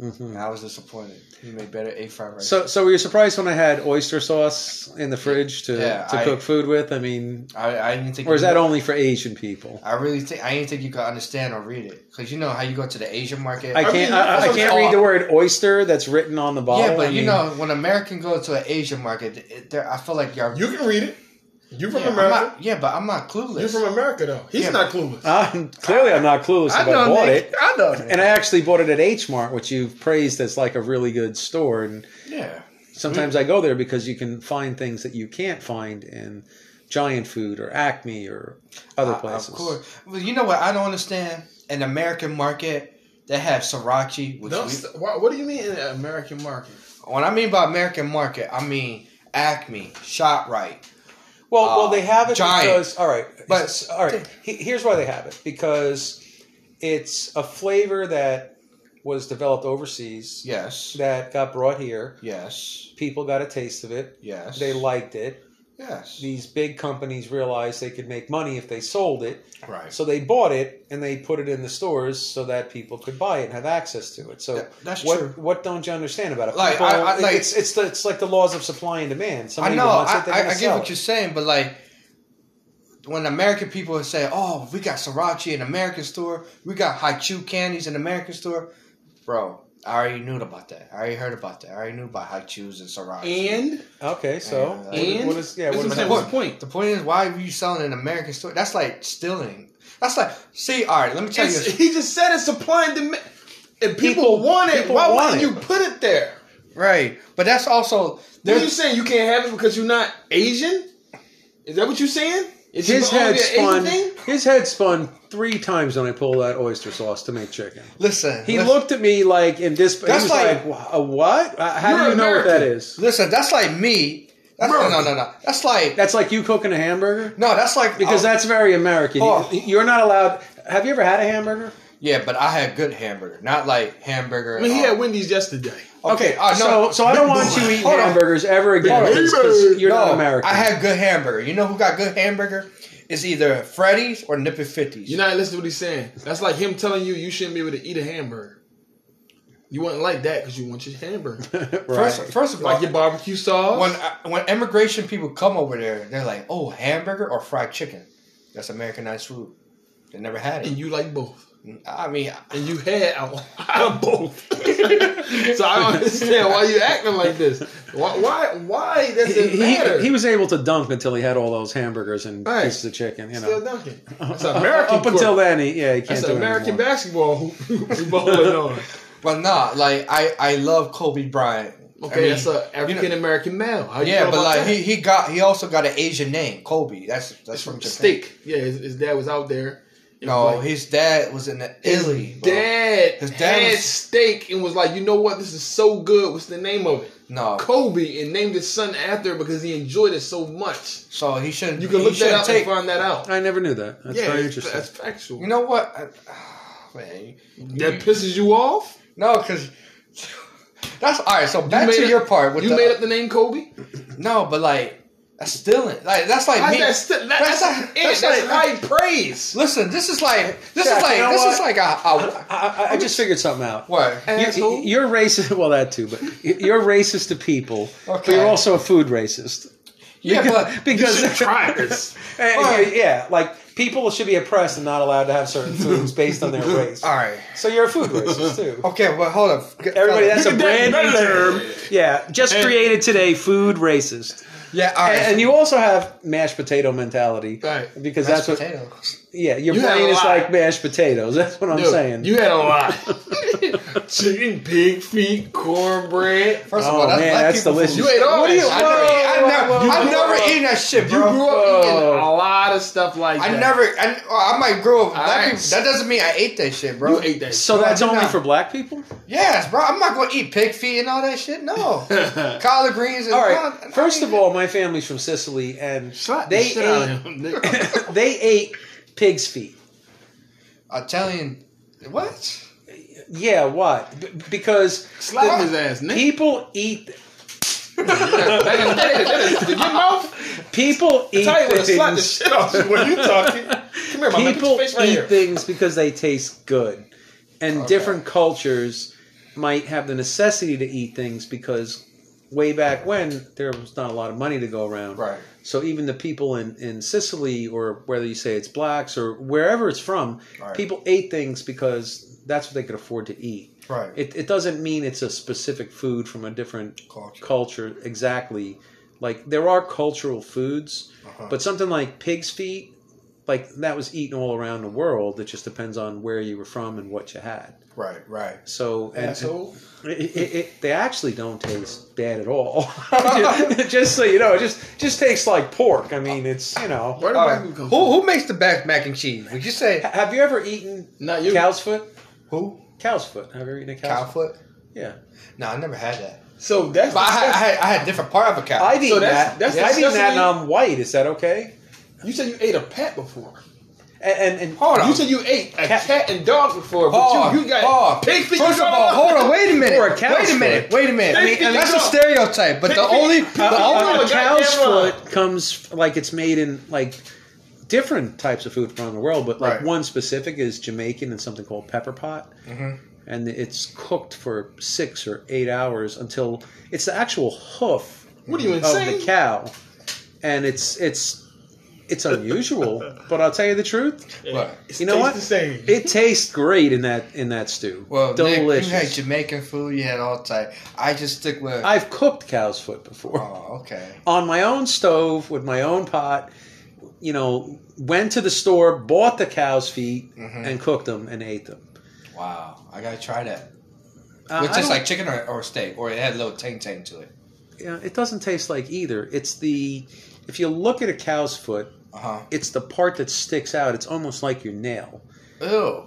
S1: Mhm.
S2: And I was disappointed. He made better egg fried rice.
S1: So, so were you surprised when I had oyster sauce in the fridge to,
S2: Yeah,
S1: to
S2: I-
S1: cook food with? I mean,
S2: I, I didn't think.
S1: or is
S2: you-
S1: that only for Asian people?
S2: I really think I didn't think you could understand or read it because you know how you go to the Asian market.
S1: I
S3: mean,
S1: can't.
S3: that's
S1: I, I
S3: what
S1: can't
S2: it's
S1: read
S2: all-
S1: the word oyster that's written on the bottle.
S2: yeah, but
S1: I
S2: you
S1: mean,
S2: know when American go to an Asian market, it, there I feel like y'all.
S3: You can read it. You from
S2: yeah, I'm
S3: America.
S2: not- yeah, but I'm not clueless.
S3: You from America though. He's
S2: Yeah.
S3: not clueless.
S1: I'm, clearly I'm not clueless.
S3: I
S1: if I
S3: know,
S1: bought
S3: Nick.
S1: it.
S3: I know. Nick.
S1: And I actually bought it at H Mart, which you've praised as like a really good store. And
S2: yeah,
S1: sometimes I go there because you can find things that you can't find in Giant Food or Acme or other
S2: I-
S1: places.
S2: Uh, Of course. Well, you know what I don't understand an American market. They have sriracha, which
S3: Don't
S2: we,
S3: st- why- what do you mean in the American market?
S2: When I mean by American market, I mean Acme, Shot Right.
S1: Well,
S2: Uh,
S1: well, they have it
S2: giant.
S1: because all right,
S2: But-
S1: but all right. he- Here's why they have it because it's a flavor that was developed overseas
S2: Yes.
S1: that got brought here.
S2: Yes.
S1: People got a taste of it.
S2: Yes.
S1: They liked it.
S2: Yes.
S1: These big companies realized they could make money if they sold it,
S2: Right.
S1: so they bought it and they put it in the stores so that people could buy it and have access to it. So.
S2: Th- That's
S1: what,
S2: true.
S1: what don't you understand about it?
S2: Like,
S1: People,
S2: I- I- like-
S1: it's it's the, it's like the laws of supply and demand.
S2: I
S1: Somebody
S2: know.
S1: wants
S2: I,
S1: it, they're
S2: I,
S1: gonna
S2: I get
S1: sell
S2: what
S1: it.
S2: you're saying, but like when American people say, "Oh, we got sriracha in American store. We got haichu candies in American store," bro. I already knew about that. I already heard about that. I already knew about haichus and sriracha.
S3: And
S1: Okay, so
S2: And-
S1: what-
S3: and
S1: what is yeah?
S3: That's
S1: What is
S3: what I'm saying.
S1: that?
S3: What's the point?
S2: The point is, why are you selling in American store? That's like stealing. That's like, see, all right, let me tell
S3: It's-
S2: you.
S3: he just said it's supply and demand. If people,
S1: People-
S3: want it,
S1: people
S3: why
S1: want
S3: wouldn't
S1: it.
S3: you put it there?
S2: Right. But that's also,
S3: What are you
S2: there's,
S3: saying? You can't have it because you're not Asian? Is that what you're saying? Is it
S1: His
S3: only
S1: head
S3: an Asian
S1: spun.
S3: thing?
S1: His head spun three times when I pulled out oyster sauce to make chicken.
S2: listen.
S1: He
S2: listen,
S1: looked at me like in dis.
S2: That's
S1: he was
S2: like-
S1: like, "Wha- a what? Uh, How do
S3: You're
S1: you know what that
S3: American.
S1: is?
S2: Listen, that's like me. That's, no,
S3: Bro.
S2: no, no, no. That's like,
S1: That's like you cooking a hamburger
S2: no, that's like,
S1: because
S2: oh,
S1: that's very American. You-
S2: Oh.
S1: You're not allowed. Have you ever had a hamburger?
S2: yeah, but I had good hamburger, not like hamburger.
S3: I mean, he
S2: uh,
S3: had Wendy's yesterday.
S2: okay, uh,
S1: so
S2: no,
S1: so I don't want you eating
S2: Hold on.
S1: hamburgers ever again
S2: Hold on.
S1: because you're
S2: no,
S1: not American.
S2: I had good hamburger. You know who got good hamburger? It's either Freddy's or Nippin' 50s.
S3: You're not listening to what he's saying. That's like him telling you you shouldn't be able to eat a hamburger. You wouldn't like that because you want your hamburger.
S1: right.
S2: first, first of all,
S3: like your barbecue sauce.
S2: when uh, when immigration people come over there, they're like, "Oh, hamburger or fried chicken." That's Americanized food. They never had
S3: and
S2: it.
S3: you like both.
S2: I mean, I-
S3: And you had a lot of both. so I don't understand why you acting like this. Why why why does
S1: he,
S3: it matter?
S1: he, he was able to dunk until he had all those hamburgers and
S3: Right.
S1: pieces of chicken. You know,
S2: uh,
S3: still dunking. It's an American
S1: up until
S3: court.
S1: then, he, yeah, he can't
S3: That's
S1: do it
S3: American
S1: anymore.
S3: basketball who we balling on.
S2: but nah, like I I love Kobe Bryant.
S3: Okay,
S2: I mean,
S3: that's an African American male. How you
S2: yeah,
S3: know
S2: but
S3: about
S2: like
S3: that?
S2: he, he got he also got an Asian name, Kobe. That's that's
S3: It's
S2: from
S3: from
S2: Japan.
S3: Steak. Yeah, his, his dad was out there.
S2: No,
S3: Like,
S2: his dad was in
S3: his
S2: Italy. bro.
S3: dad
S2: His dad
S3: had
S2: was-
S3: steak and was like, you know what? This is so good. What's the name of it?
S2: No,
S3: Kobe and named his son after it because he enjoyed it so much.
S2: so he shouldn't.
S3: You can
S2: he
S3: look that
S2: shouldn't
S3: up
S2: take-
S3: and find that out.
S1: I never knew that. That's
S3: yeah,
S1: very
S3: it's-
S1: interesting.
S3: that's factual.
S2: You know what? I, man,
S3: that pisses you off.
S2: no, because that's all right. So back
S3: made
S2: to
S3: up-
S2: your part. With
S3: you
S2: the,
S3: made up the name Kobe.
S2: No, but like that's stealing. Like that's like
S3: How's
S2: me.
S3: that still, that,
S2: That's
S3: that's,
S2: not-
S3: that's,
S2: that's not-
S3: high praise.
S2: Listen, this is like this
S1: Jack,
S2: is like
S1: you know
S2: this
S1: what?
S2: is like a, a
S1: I, I, I just figured something out.
S2: what?
S1: You-
S3: Asshole.
S1: You're racist. Well, that too, but you- you're racist to people.
S2: Okay.
S1: But you're also a food racist.
S2: Yeah, but
S1: because
S3: should try this.
S1: Uh, yeah, yeah, like people should be oppressed and not allowed to have certain foods based on their race.
S2: All right.
S1: So you're a food racist too.
S2: Okay, well, hold up.
S1: Everybody, that's a
S3: Look at
S1: brand
S3: that
S1: new term.
S3: brother.
S1: Yeah, just created today. Food racist,
S2: yeah, all right.
S1: and, and you also have mashed potato mentality
S3: Right.
S1: because
S2: Mashed
S1: that's what.
S2: potatoes.
S1: Yeah, your
S3: You had
S1: brain
S3: a
S1: is
S3: lot.
S1: like mashed potatoes. That's what I'm
S3: Dude,
S1: saying.
S3: You had a lot. Chicken, pig feet, cornbread.
S2: First of
S1: Oh,
S2: all, that's
S1: man,
S2: black
S1: that's
S2: people
S1: delicious.
S2: food.
S3: You ate all
S1: What do
S3: that
S1: you-
S3: shit.
S2: I never,
S1: Whoa,
S2: I never,
S1: whoa,
S2: I've
S1: whoa,
S2: never
S1: whoa.
S2: eaten that shit,
S3: You
S2: bro.
S3: grew up eating
S1: Whoa.
S2: Oh.
S3: a lot of stuff like
S2: I
S3: that.
S2: never. I, oh, I might grow up. Black
S3: Alright.
S2: people, that doesn't mean I ate that shit, bro.
S3: You ate that.
S1: so
S2: No, I
S1: that's
S2: did
S1: only
S2: not.
S1: for black people.
S2: Yes, bro. I'm not gonna eat pig feet and all that shit. No,
S3: shit.
S2: collard greens. And
S1: All
S2: I
S1: right.
S2: don't
S1: First
S2: eat
S1: of all, my family's from Sicily, and
S3: Slap
S1: they
S3: the shit out
S1: ate
S3: of him, nigga.
S1: they ate pig's feet.
S2: Italian. What?
S1: Yeah, what? B- because
S3: Slap his ass, nigga.
S1: people eat
S3: that is, that is, that is, your mouth.
S1: people eat
S3: Tell you what, slap the
S1: things.
S3: shit out of you when you talking. Come here, my man. Put your
S1: People
S3: face right
S1: eat
S3: here.
S1: things because they taste good, and
S2: Okay.
S1: different cultures might have the necessity to eat things because way back when there was not a lot of money to go around.
S2: Right.
S1: So even the people in, in Sicily, or whether you say it's blacks or wherever it's from,
S2: Right.
S1: people ate things because that's what they could afford to eat.
S2: Right.
S1: It, it doesn't mean it's a specific food from a different
S2: Culture.
S1: culture exactly. Like there are cultural foods,
S2: Uh-huh.
S1: but something like pig's feet, like that was eaten all around the world. It just depends on where you were from and what you had.
S2: Right. Right.
S1: So and,
S3: Asshole.
S1: it, it, it, they actually don't taste bad at all. just, just so you know, it just just tastes like pork. I mean, it's you know.
S3: Where the
S2: All
S3: black
S2: right.
S3: people
S2: Who
S3: come from?
S2: who makes the best mac and cheese? Would you say
S1: Have you ever eaten
S3: Not you.
S1: cow's foot?
S2: who?
S1: Cow's foot. Have you ever eaten a cow's
S2: Cow
S1: foot?
S2: foot?
S1: Yeah,
S2: No, I never had that.
S3: So that's
S2: But I had, I
S3: disgusting.
S2: had, I had different part of a cow.
S1: I've eaten
S3: that's-
S1: that.
S3: that's
S1: I've eaten that,
S3: disgusting.
S1: and I'm white. Is that okay?
S3: You said you ate a pet before.
S1: And and, and
S2: Hold on.
S3: You said you ate a
S1: Cat-
S3: cat, and dog before, but
S2: Pause,
S3: you, you got
S2: pause.
S3: pig feet.
S2: First of all, hold on, wait a minute.
S1: Or a cow's
S2: wait a minute,
S1: foot.
S2: wait a minute.
S3: Pig feet
S2: that's
S3: is
S2: a
S3: up.
S2: stereotype, but
S3: Pig
S2: the
S3: feet-
S2: only,
S3: Pig
S2: the
S3: feet
S2: only,
S1: Uh, a,
S3: Oh,
S1: a cow's
S3: goddamn right.
S1: foot comes like it's made in like different types of food from around the world, but like
S2: Right.
S1: one specific is Jamaican and something called pepper pot,
S3: Mm-hmm.
S1: and it's cooked for six or eight hours until it's the actual hoof
S3: What are
S2: Oh,
S3: you
S1: of the
S3: insane?
S1: cow, and it's it's it's unusual, but I'll tell you the truth,
S2: What?
S3: It
S1: you know
S3: tastes
S1: what?
S3: The same.
S1: it tastes great in that in that stew.
S2: well, Nick, you
S1: delicious.
S2: had Jamaican food, you had all type. I just stick with.
S1: I've cooked cow's foot before.
S2: oh, okay.
S1: on my own stove with my own pot. You know, went to the store, bought the cow's feet,
S2: Mm-hmm.
S1: and cooked them and ate them.
S2: Wow, I gotta try that.
S1: Uh,
S2: With
S1: I
S2: just
S1: don't-
S2: like chicken or, or steak, or it had a little tang tang to it.
S1: yeah, it doesn't taste like either. It's the if you look at a cow's foot,
S2: Uh huh.
S1: it's the part that sticks out. It's almost like your nail.
S2: Ew,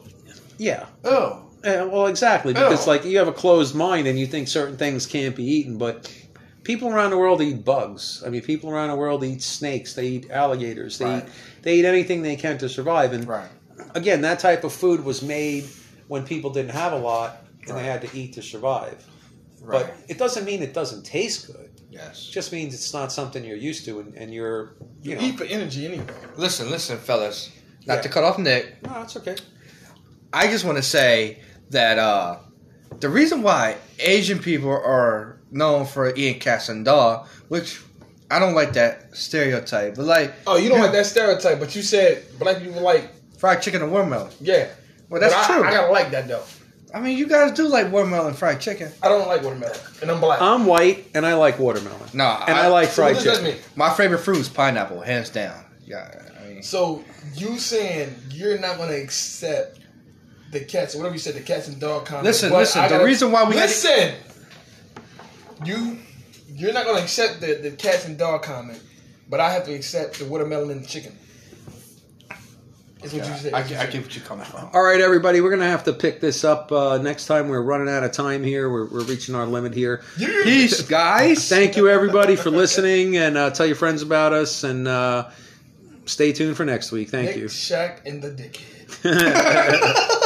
S1: Yeah.
S2: ew.
S1: Yeah, well, exactly because
S2: Oh.
S1: like you have a closed mind and you think certain things can't be eaten, but people around the world eat bugs. I mean, people around the world eat snakes. They eat alligators. They
S2: Right.
S1: eat, they eat anything they can to survive. And
S2: Right.
S1: again, that type of food was made when people didn't have a lot and
S2: Right.
S1: they had to eat to survive.
S2: Right.
S1: But it doesn't mean it doesn't taste good. It
S2: yes.
S1: just means it's not something you're used to and, and you're, you
S3: You
S1: know.
S3: eat for energy anyway.
S2: Listen, listen, fellas. Not
S1: Yeah.
S2: to cut off Nick,
S1: No, it's okay.
S2: I just want to say that uh, the reason why Asian people are known for eating cats and dog, which I don't like that stereotype, but like
S3: Oh, you don't like that stereotype, but you said black people like
S2: fried chicken and watermelon.
S3: yeah.
S2: Well, that's
S3: But I,
S2: true.
S3: I
S2: I,
S3: gotta like that though.
S2: mean, you guys do like watermelon and fried chicken.
S3: I don't like watermelon, and I'm black.
S1: I'm white and I like watermelon.
S2: No,
S1: and I,
S2: I-
S1: like
S3: so what
S1: fried
S3: does
S1: chicken.
S3: that mean?
S2: My favorite fruit is pineapple, hands down. Yeah, I mean,
S3: So you saying you're not gonna accept the cats, whatever you said, the cats and dog comment.
S2: Listen,
S3: but
S2: listen,
S3: I
S2: the reason why we-
S3: listen, you you're not gonna accept the, the cats and dog comment, but I have to accept the watermelon and the chicken. Is what you said.
S2: I, get- I get what you're coming from.
S1: All right, everybody, we're going to have to pick this up uh, next time. We're running out of time here. We're, we're reaching our limit here.
S2: Peace, guys.
S1: Thank you, everybody, for listening and uh, tell your friends about us and uh, stay tuned for next week. Thank
S3: Nick,
S1: you.
S3: Shaq, and the dickhead.